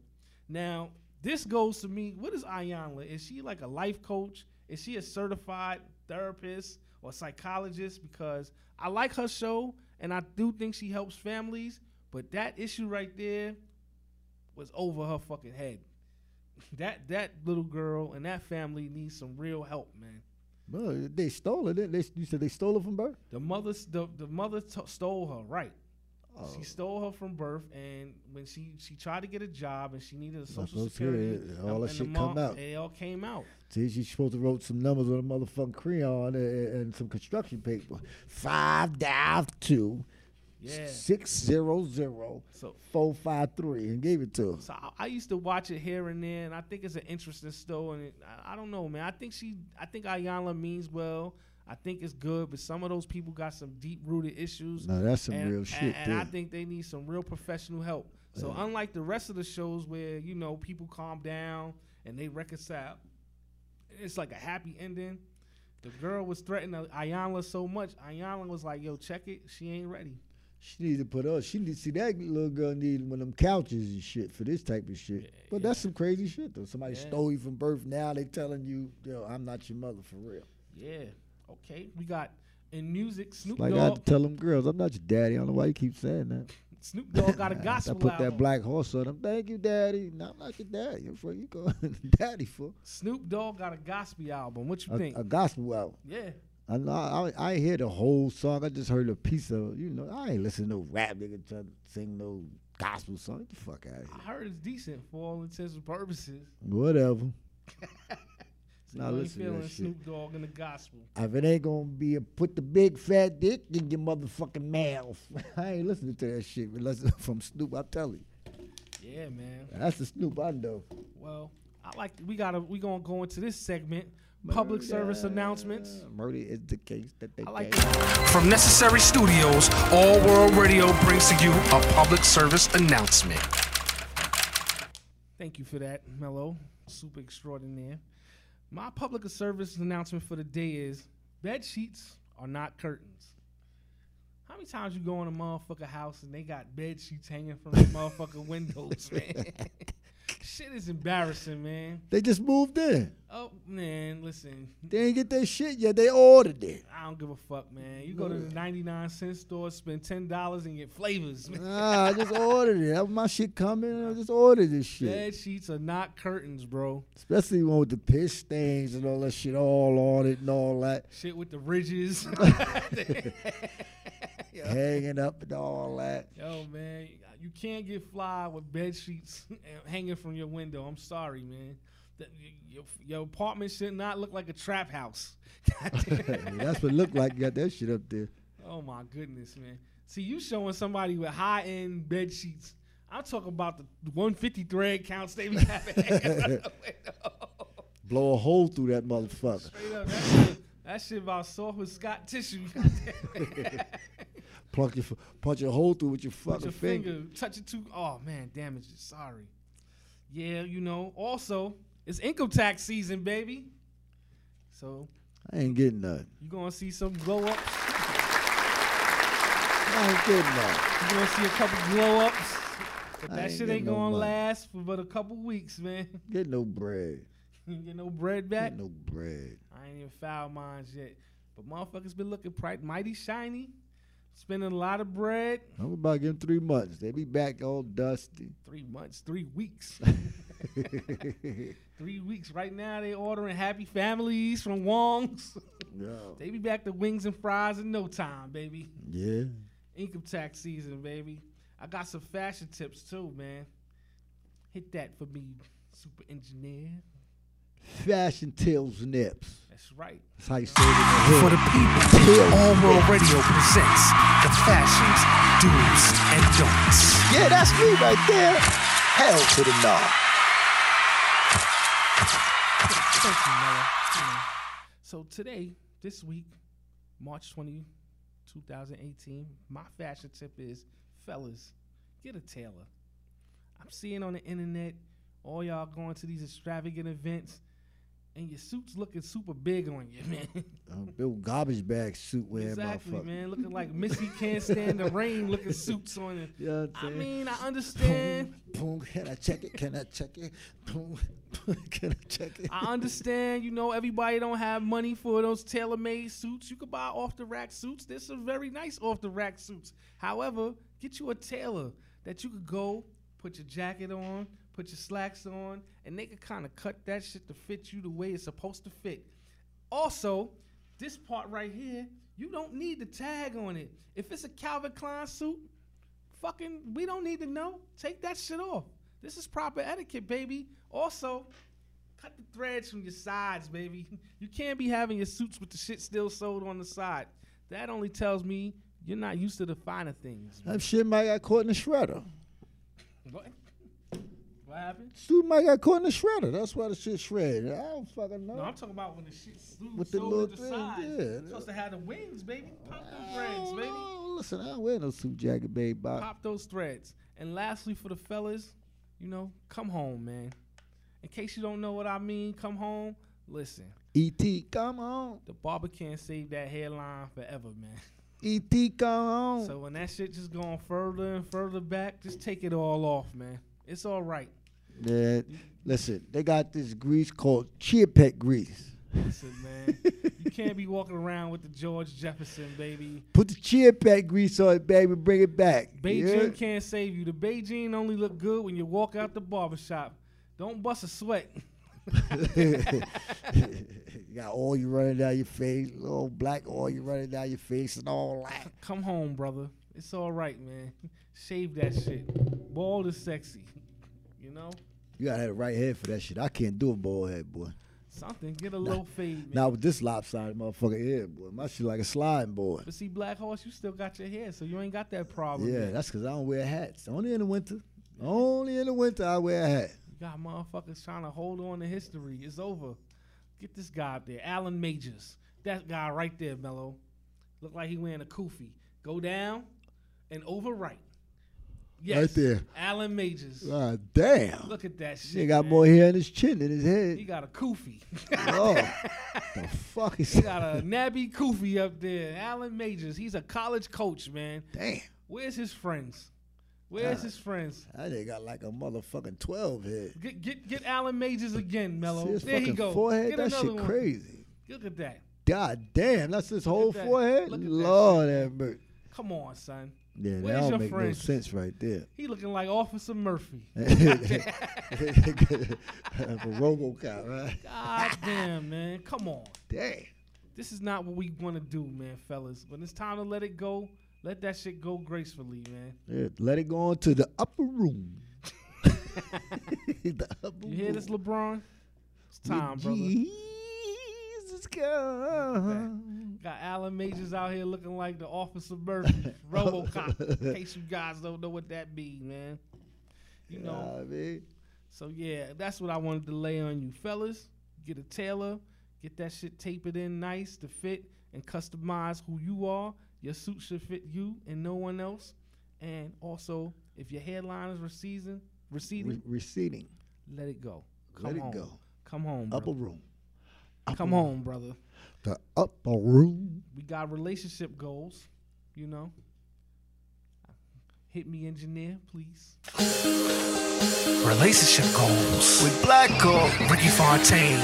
Speaker 1: Now, this goes to me. What is Ayanla? Is she like a life coach? Is she a certified therapist or psychologist? Because I like her show and I do think she helps families, but that issue right there was over her fucking head. *laughs* That that little girl and that family needs some real help, man.
Speaker 2: Well, they stole it. didn't They, you said they stole it from birth.
Speaker 1: The mother, s- the, the mother t- stole her, right?
Speaker 2: Oh,
Speaker 1: She stole her from birth, and when she she tried to get a job, and she needed a social
Speaker 2: Social
Speaker 1: security,
Speaker 2: Security,
Speaker 1: and-
Speaker 2: all that
Speaker 1: and the
Speaker 2: shit come
Speaker 1: mom-
Speaker 2: out.
Speaker 1: It all came out.
Speaker 2: see, she supposed to wrote some numbers on a motherfucking crayon and, and some construction paper. Five dive two,
Speaker 1: Yeah.
Speaker 2: six zero zero,
Speaker 1: So-
Speaker 2: four five three, and gave it to her.
Speaker 1: So I, I used to watch it here and there, and I think it's an interesting story. And it, I, I don't know, man. I think she, I think Ayala means well. I think it's good, but some of those people got some deep rooted issues.
Speaker 2: Now that's some
Speaker 1: and,
Speaker 2: real
Speaker 1: and-
Speaker 2: shit.
Speaker 1: And, I
Speaker 2: there.
Speaker 1: think they need some real professional help. So unlike the rest of the shows where you know people calm down and they reconcile, it's like a happy ending. The girl was threatening Ayala so much. Ayala was like, "Yo, check it. She ain't ready."
Speaker 2: She needs to put up. She need see that little girl need one of them couches and shit for this type of shit. But that's some crazy shit though. Somebody
Speaker 1: Yeah.
Speaker 2: stole you from birth. Now they telling you, yo, I'm not your mother for real.
Speaker 1: Yeah. Okay. We got in music Snoop
Speaker 2: Like I had
Speaker 1: Dogg.
Speaker 2: to tell them girls, I'm not your daddy. I don't know why you keep saying that.
Speaker 1: Snoop Dogg got a
Speaker 2: *laughs* I-
Speaker 1: gospel
Speaker 2: I put
Speaker 1: album.
Speaker 2: that black horse on him. Thank you, daddy. No, I'm not your daddy. What you going *laughs* daddy for?
Speaker 1: Snoop Dogg got a gospel album. What you
Speaker 2: A,
Speaker 1: think?
Speaker 2: a gospel album.
Speaker 1: yeah.
Speaker 2: I, know- I I ain't hear the whole song. I just heard a piece of it. You know, I ain't listen to no rap nigga try to sing no gospel song. Get the fuck out of
Speaker 1: I
Speaker 2: here.
Speaker 1: heard it's decent for all intents and purposes. *laughs*
Speaker 2: Whatever.
Speaker 1: So
Speaker 2: Nah,
Speaker 1: you ain't
Speaker 2: listen to that
Speaker 1: feeling
Speaker 2: shit.
Speaker 1: Snoop Dogg in the gospel.
Speaker 2: If it ain't gonna be a put the big fat dick in your motherfucking mouth, *laughs* I ain't listening to that shit. Unless it's *laughs* from Snoop, I tell you,
Speaker 1: Yeah, man.
Speaker 2: that's the Snoop I know.
Speaker 1: Well, I like we gotta we gonna go into this segment. Public service announcements.
Speaker 2: Murder is the case that they
Speaker 1: I like
Speaker 2: gave.
Speaker 3: From Necessary Studios, All World Radio brings to you a public service announcement.
Speaker 1: Thank you for that, Mello. Super extraordinaire. My public service announcement for the day is bed sheets are not curtains. How many times you go in a motherfucker house and they got bed sheets hanging from the motherfucking windows, man? shit is embarrassing, man.
Speaker 2: They just moved in.
Speaker 1: Oh man, listen,
Speaker 2: They ain't get their shit yet. They ordered it.
Speaker 1: I don't give a fuck, man. You go to the 99 cent store, spend ten dollars and get flavors, man.
Speaker 2: Nah,
Speaker 1: *laughs*
Speaker 2: I just ordered it. That my shit coming. I just ordered this shit.
Speaker 1: Bed sheets are not curtains, bro.
Speaker 2: Especially one with the piss stains and all that shit all on it and all that.
Speaker 1: Shit with the ridges. *laughs*
Speaker 2: Hanging up and all that.
Speaker 1: Yo, man, you can't get fly with bed sheets hanging from your window. I'm sorry, man. That- Your, your apartment should not look like a trap house. *laughs*
Speaker 2: *laughs* That's what it looked like. You got that shit up there.
Speaker 1: oh my goodness, man. See, you showing somebody with high end bed sheets. I'm talking about the 150 thread counts they be having. *laughs* hanging out the window.
Speaker 2: Blow a hole through that motherfucker.
Speaker 1: Straight up, that shit, that shit about soft with Scott tissue. *laughs*
Speaker 2: Plunk your, f- punch a hole through with your fucking
Speaker 1: Put your
Speaker 2: finger.
Speaker 1: finger, touch it too. Oh man, damages. Sorry. Yeah, you know. Also, it's income tax season, baby. So
Speaker 2: I ain't getting nothing.
Speaker 1: you're gonna see some glow ups.
Speaker 2: I ain't getting nothing.
Speaker 1: You're gonna see a couple glow ups. But
Speaker 2: I
Speaker 1: that
Speaker 2: ain't
Speaker 1: shit
Speaker 2: getting
Speaker 1: ain't
Speaker 2: no
Speaker 1: gonna
Speaker 2: money.
Speaker 1: last for but a couple weeks, man. *laughs*
Speaker 2: Get no bread.
Speaker 1: you ain't get no bread back.
Speaker 2: Get no bread.
Speaker 1: I ain't even found mine yet. But motherfuckers been looking pri- mighty shiny, spending a lot of bread.
Speaker 2: I'm about to give 'em three months. They be back all dusty. *laughs*
Speaker 1: Three months, three weeks. Three weeks. Right now, they ordering happy families from Wong's.
Speaker 2: no.
Speaker 1: They be back to wings and fries in no time, baby.
Speaker 2: Yeah.
Speaker 1: Income tax season, baby. I got some fashion tips too, man. Hit that for me, super engineer.
Speaker 2: Fashion tails nips.
Speaker 1: That's right.
Speaker 2: That's how you say it in the
Speaker 3: For
Speaker 2: hood.
Speaker 3: the people, All World Radio presents the fashions, do's, and don'ts.
Speaker 2: Yeah, that's me right there. Hell to the nah.
Speaker 1: Thank you, Noah. You know, So today, this week, March 20, 2018, my fashion tip is fellas, get a tailor. I'm seeing on the internet all y'all going to these extravagant events and your suit's looking super big on you, *laughs* man.
Speaker 2: Um, little garbage bag suit wearing
Speaker 1: exactly,
Speaker 2: motherfucker.
Speaker 1: man. Looking like Missy can't stand the rain looking suits on you.
Speaker 2: You know what I'm
Speaker 1: I
Speaker 2: saying?
Speaker 1: mean, I understand.
Speaker 2: Boom, boom, can I check it? Can I check it? Boom, boom, *laughs* can I check it?
Speaker 1: I understand, you know, everybody don't have money for those tailor-made suits. You could buy off-the-rack suits. There's some very nice off-the-rack suits. However, get you a tailor that you could go, put your jacket on, put your slacks on, and they could kind of cut that shit to fit you the way it's supposed to fit. Also, this part right here, you don't need the tag on it. If it's a Calvin Klein suit, fucking, we don't need to know. Take that shit off. This is proper etiquette, baby. Also, Cut the threads from your sides, baby. *laughs* You can't be having your suits with the shit still sewed on the side. That only tells me you're not used to the finer things.
Speaker 2: That shit might got caught in the shredder.
Speaker 1: *laughs* What? What happened?
Speaker 2: Suit might got caught in the shredder. That's why the shit shredded. I don't fucking know.
Speaker 1: No, I'm talking about when the shit sewed
Speaker 2: With the
Speaker 1: sewed
Speaker 2: little
Speaker 1: to the
Speaker 2: thing,
Speaker 1: sides.
Speaker 2: yeah. Oh,
Speaker 1: You're supposed to have the wings, baby. Pop them
Speaker 2: I
Speaker 1: threads,
Speaker 2: don't
Speaker 1: baby.
Speaker 2: know. Listen, I don't wear no suit jacket, babe. Bob.
Speaker 1: Pop those threads. And lastly, for the fellas, you know, come home, man. In case you don't know what I mean, come home. Listen,
Speaker 2: E.T., E come on.
Speaker 1: the barber can't save that hairline forever, man.
Speaker 2: E.T., E come on.
Speaker 1: So when that shit just going further and further back, just take it all off, man. It's all right.
Speaker 2: Man, listen, they got this grease called Chia Pet grease.
Speaker 1: Listen, man, you can't be walking around with the George Jefferson, baby.
Speaker 2: Put the Chia Pet grease on it, baby. Bring it back.
Speaker 1: Beijing
Speaker 2: Yeah?
Speaker 1: can't save you. The Beijing only look good when you walk out the barbershop. Don't bust a sweat. *laughs*
Speaker 2: you *laughs* got oil you running down your face, little black oil you running down your face, and all that.
Speaker 1: Come home, brother. It's all right, man. Shave that shit. Bald is sexy. You know?
Speaker 2: You gotta have the right head for that shit. I can't do a bald head, boy.
Speaker 1: Something. Get a little fade, man.
Speaker 2: Not with this lopsided motherfucker head, boy. My shit like a slime boy.
Speaker 1: But see, Black Horse, you still got your hair, so you ain't got that problem.
Speaker 2: Yeah,
Speaker 1: yet.
Speaker 2: that's because I don't wear hats. Only in the winter. Only in the winter I wear a hat.
Speaker 1: You got motherfuckers trying to hold on to history. It's over. Get this guy up there, Alan Majors. That guy right there, Mello. Look like he wearing a kufi. Go down and over right. Yes.
Speaker 2: Right there.
Speaker 1: Alan Majors.
Speaker 2: Ah, damn.
Speaker 1: Look at that
Speaker 2: He
Speaker 1: shit.
Speaker 2: got
Speaker 1: man.
Speaker 2: more hair in his chin than his head.
Speaker 1: He got a kufi.
Speaker 2: oh,
Speaker 1: *laughs*
Speaker 2: the fuck is
Speaker 1: he got a nabby kufi up there. Alan Majors. He's a college coach, man.
Speaker 2: Damn,
Speaker 1: Where's his friends? Where's
Speaker 2: God.
Speaker 1: his friends?
Speaker 2: that nigga got like a motherfucking twelve head.
Speaker 1: Get get get Alan Majors again, Mello.
Speaker 2: See his
Speaker 1: there he
Speaker 2: fucking
Speaker 1: go.
Speaker 2: forehead.
Speaker 1: get
Speaker 2: that
Speaker 1: another
Speaker 2: shit
Speaker 1: one.
Speaker 2: crazy.
Speaker 1: Look at that.
Speaker 2: God damn, that's his whole
Speaker 1: that.
Speaker 2: forehead.
Speaker 1: Look at that
Speaker 2: Lord have mercy.
Speaker 1: Come on, son.
Speaker 2: Yeah, that
Speaker 1: Where's your
Speaker 2: don't make
Speaker 1: friends?
Speaker 2: no sense right
Speaker 1: *laughs*
Speaker 2: there. *laughs*
Speaker 1: He looking like Officer Murphy.
Speaker 2: like a RoboCop, right? *laughs*
Speaker 1: God Ah, damn, man. Come on.
Speaker 2: Damn.
Speaker 1: This is not what we want to do, man, fellas. When it's time to let it go, let that shit go gracefully, man.
Speaker 2: Yeah, let it go on to the upper room. *laughs* the upper
Speaker 1: You hear this,
Speaker 2: room.
Speaker 1: LeBron? It's time, brother.
Speaker 2: Jesus God.
Speaker 1: Got Alan Majors out here looking like the Officer
Speaker 2: *laughs*
Speaker 1: Murphy, RoboCop. In case you guys don't know what that be, man. You know.
Speaker 2: Nah, man.
Speaker 1: So yeah, that's what I wanted to lay on you, fellas. Get a tailor, get that shit tapered in nice to fit and customize who you are. Your suit should fit you and no one else. And also, if your hairline is receding, receding,
Speaker 2: Re- receding.
Speaker 1: let it go. Come
Speaker 2: Let it
Speaker 1: home.
Speaker 2: go.
Speaker 1: Come home,
Speaker 2: Upper
Speaker 1: brother.
Speaker 2: room.
Speaker 1: Come home, brother.
Speaker 2: The upper room.
Speaker 1: We got relationship goals, you know. Hit me, engineer, please.
Speaker 3: Relationship goals.
Speaker 5: with black girl.
Speaker 3: Ricky Fontaine.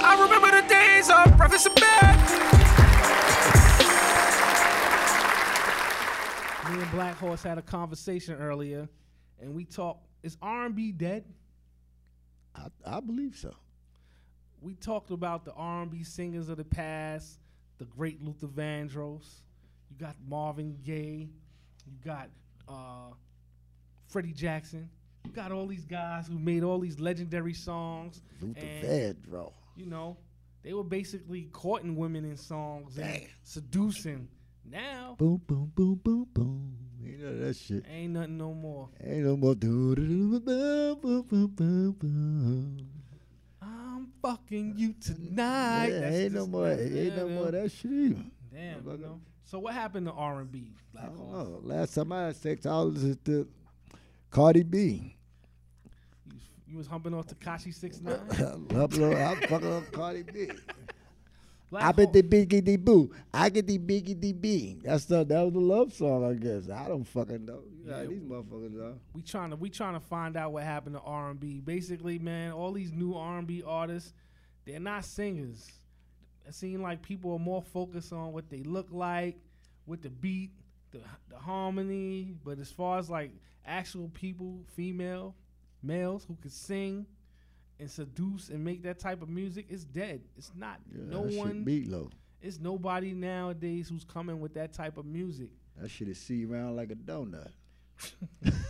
Speaker 3: I remember the days of breakfast and bed.
Speaker 1: Me and Black Horse had a conversation earlier, and we talked. Is R&B dead?
Speaker 2: I, I believe so.
Speaker 1: we talked about the R&B singers of the past, the great Luther Vandross. You got Marvin Gaye. You got uh, Freddie Jackson. You got all these guys who made all these legendary songs.
Speaker 2: Luther
Speaker 1: and,
Speaker 2: Vandross.
Speaker 1: You know, they were basically courting women in songs and
Speaker 2: Damn.
Speaker 1: seducing. Now,
Speaker 2: Boom, boom, boom, boom, boom. You know that shit.
Speaker 1: ain't nothing no more.
Speaker 2: Ain't no more. do- do- do- do- do- do- do- do- do- do.
Speaker 1: I'm fucking you tonight.
Speaker 2: yeah,
Speaker 1: That's
Speaker 2: ain't no
Speaker 1: just-
Speaker 2: more, ain't no
Speaker 1: Yeah,
Speaker 2: more of that shit. Either.
Speaker 1: Damn, you
Speaker 2: Motherfucker. Oh.
Speaker 1: know. So what happened to R and B?
Speaker 2: I don't know. Last time I had sex, I was to Cardi B. *laughs*
Speaker 1: You, you was humping on Takashi six nine.
Speaker 2: I'm fucking up Cardi B. I bet the biggity boo. I get the biggity bee. That's the that was the love song, I guess. I don't fucking know. You know how
Speaker 1: Yeah.
Speaker 2: these motherfuckers are.
Speaker 1: we trying to we trying to find out what happened to R and B. Basically, man, all these new R and B artists, they're not singers. It seems like people are more focused on what they look like, with the beat, the the harmony. But as far as like actual people, female, males who can sing and seduce and make that type of music, it's dead. It's not
Speaker 2: Yeah,
Speaker 1: no
Speaker 2: that shit
Speaker 1: one.
Speaker 2: meatloaf.
Speaker 1: It's nobody nowadays who's coming with that type of music.
Speaker 2: That shit is see round like a donut. *laughs*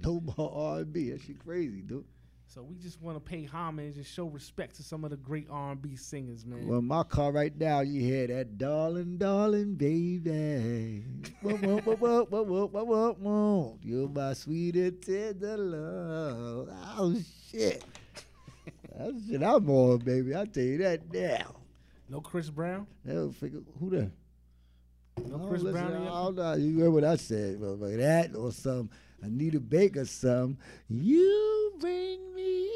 Speaker 2: no more R and B. That shit crazy, dude.
Speaker 1: So we just want to pay homage and show respect to some of the great R&B singers, man.
Speaker 2: Well, my car right now, you hear that, darling, darling, baby. Whoa, whoa, whoa, whoa, whoa, whoa, whoa, whoa, whoa. You're my sweet and tender love. Oh, shit. That shit I'm on, baby. I'll tell you that now.
Speaker 1: no Chris Brown.
Speaker 2: They don't figure, who the?
Speaker 1: No
Speaker 2: I don't
Speaker 1: Chris
Speaker 2: listen
Speaker 1: Brown.
Speaker 2: to-
Speaker 1: in your-
Speaker 2: I don't know. You heard what I said, but like that or some Anita Baker, some. You bring me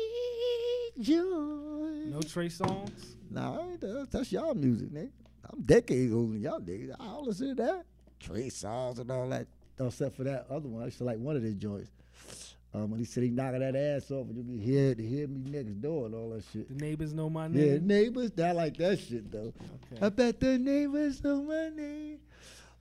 Speaker 2: joy.
Speaker 1: No Trey Songz.
Speaker 2: Nah, I ain't- that's, that's y'all music, nigga. I'm decades older than y'all niggas. I don't listen to that. Trey songs and all that. No, Except for that other one. I used to like one of their joints. Um, when he said he knocking that ass off and you can hear to hear me next door and all that shit.
Speaker 1: The neighbors know my
Speaker 2: Yeah,
Speaker 1: name.
Speaker 2: neighbors, I like that shit though.
Speaker 1: Mm-hmm. Okay.
Speaker 2: I bet the neighbors know my name.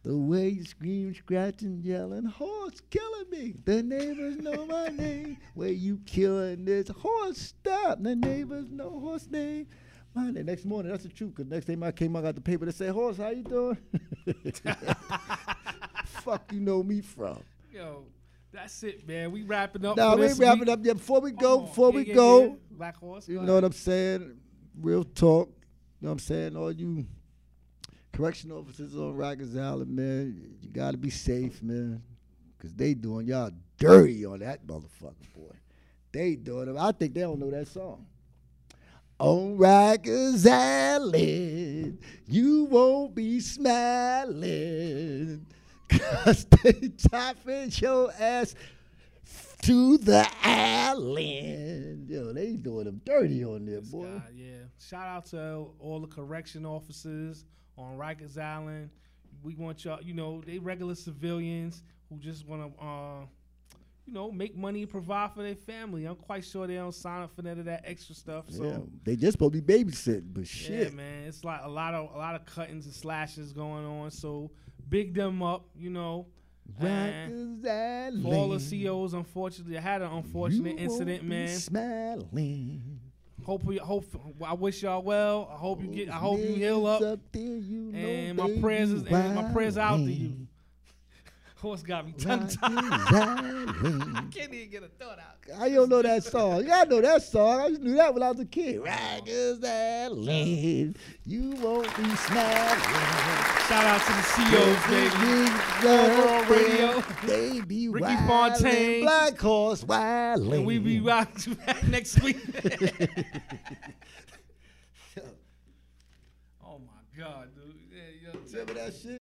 Speaker 2: The way you scream, scratch, and yell, and horse killing me. The neighbors
Speaker 1: *laughs*
Speaker 2: know my name. Where you killing this horse? Stop. The neighbors know horse name. My name. Next morning, that's the truth. Cause next time I came, I got the paper that said, "Horse, how
Speaker 1: *laughs*
Speaker 2: you doing?" *laughs* Fuck, you know me from.
Speaker 1: Yo, that's it, man. We wrapping up.
Speaker 2: Now
Speaker 1: for
Speaker 2: we
Speaker 1: this
Speaker 2: wrapping
Speaker 1: week.
Speaker 2: up. Yeah, before we go,
Speaker 1: Come on.
Speaker 2: before
Speaker 1: Yeah,
Speaker 2: we
Speaker 1: yeah,
Speaker 2: go.
Speaker 1: yeah. Black Horse.
Speaker 2: You
Speaker 1: go
Speaker 2: know what
Speaker 1: ahead.
Speaker 2: I'm saying? Real talk. You know what I'm saying? All you correction officers on Rikers Island, man, you gotta be safe, man. Cause they doing y'all dirty on that motherfucker, boy. They doing it. I think they don't know that song. On Rikers Island, you won't be smiling. Cause *laughs* they chopping your ass to the island. Yo, they doing them dirty on there,
Speaker 1: This
Speaker 2: boy.
Speaker 1: guy, yeah. Shout out to all the correction officers on Rikers Island. We want y'all, you know, they regular civilians who just want to, uh, you know, make money and provide for their family. I'm quite sure they don't sign up for none of that extra stuff. So,
Speaker 2: yeah, they just supposed to be babysitting, but
Speaker 1: yeah,
Speaker 2: shit.
Speaker 1: man, it's like a lot of a lot of cuttings and slashes going on. So, big them up, you know. And
Speaker 2: Rikers Island.
Speaker 1: for all the COs, unfortunately, I had an
Speaker 2: you
Speaker 1: unfortunate incident,
Speaker 2: won't be
Speaker 1: man.
Speaker 2: Smiling.
Speaker 1: Hope, we- hope, I wish y'all well. I hope you get, I hope you
Speaker 2: Niggas
Speaker 1: heal up.
Speaker 2: there, you know
Speaker 1: and my
Speaker 2: they
Speaker 1: prayers
Speaker 2: be
Speaker 1: is, and my prayers out to you. *laughs*
Speaker 2: wildin'.
Speaker 1: Horse got me tongue *laughs*
Speaker 2: Rikers
Speaker 1: tied.
Speaker 2: Island.
Speaker 1: Can't even get a thought out.
Speaker 2: I don't know that song. Y'all know that song. I just knew that when I was a kid. Rikers Island, you won't be smiling.
Speaker 1: Shout out to the COs, baby. Overall radio.
Speaker 2: They be
Speaker 1: Ricky
Speaker 2: wildin',
Speaker 1: Fontaine.
Speaker 2: Black Horse Wildin'.
Speaker 1: And we be back back *laughs* next week. oh my God, dude. Yeah, yo,
Speaker 2: Remember that shit?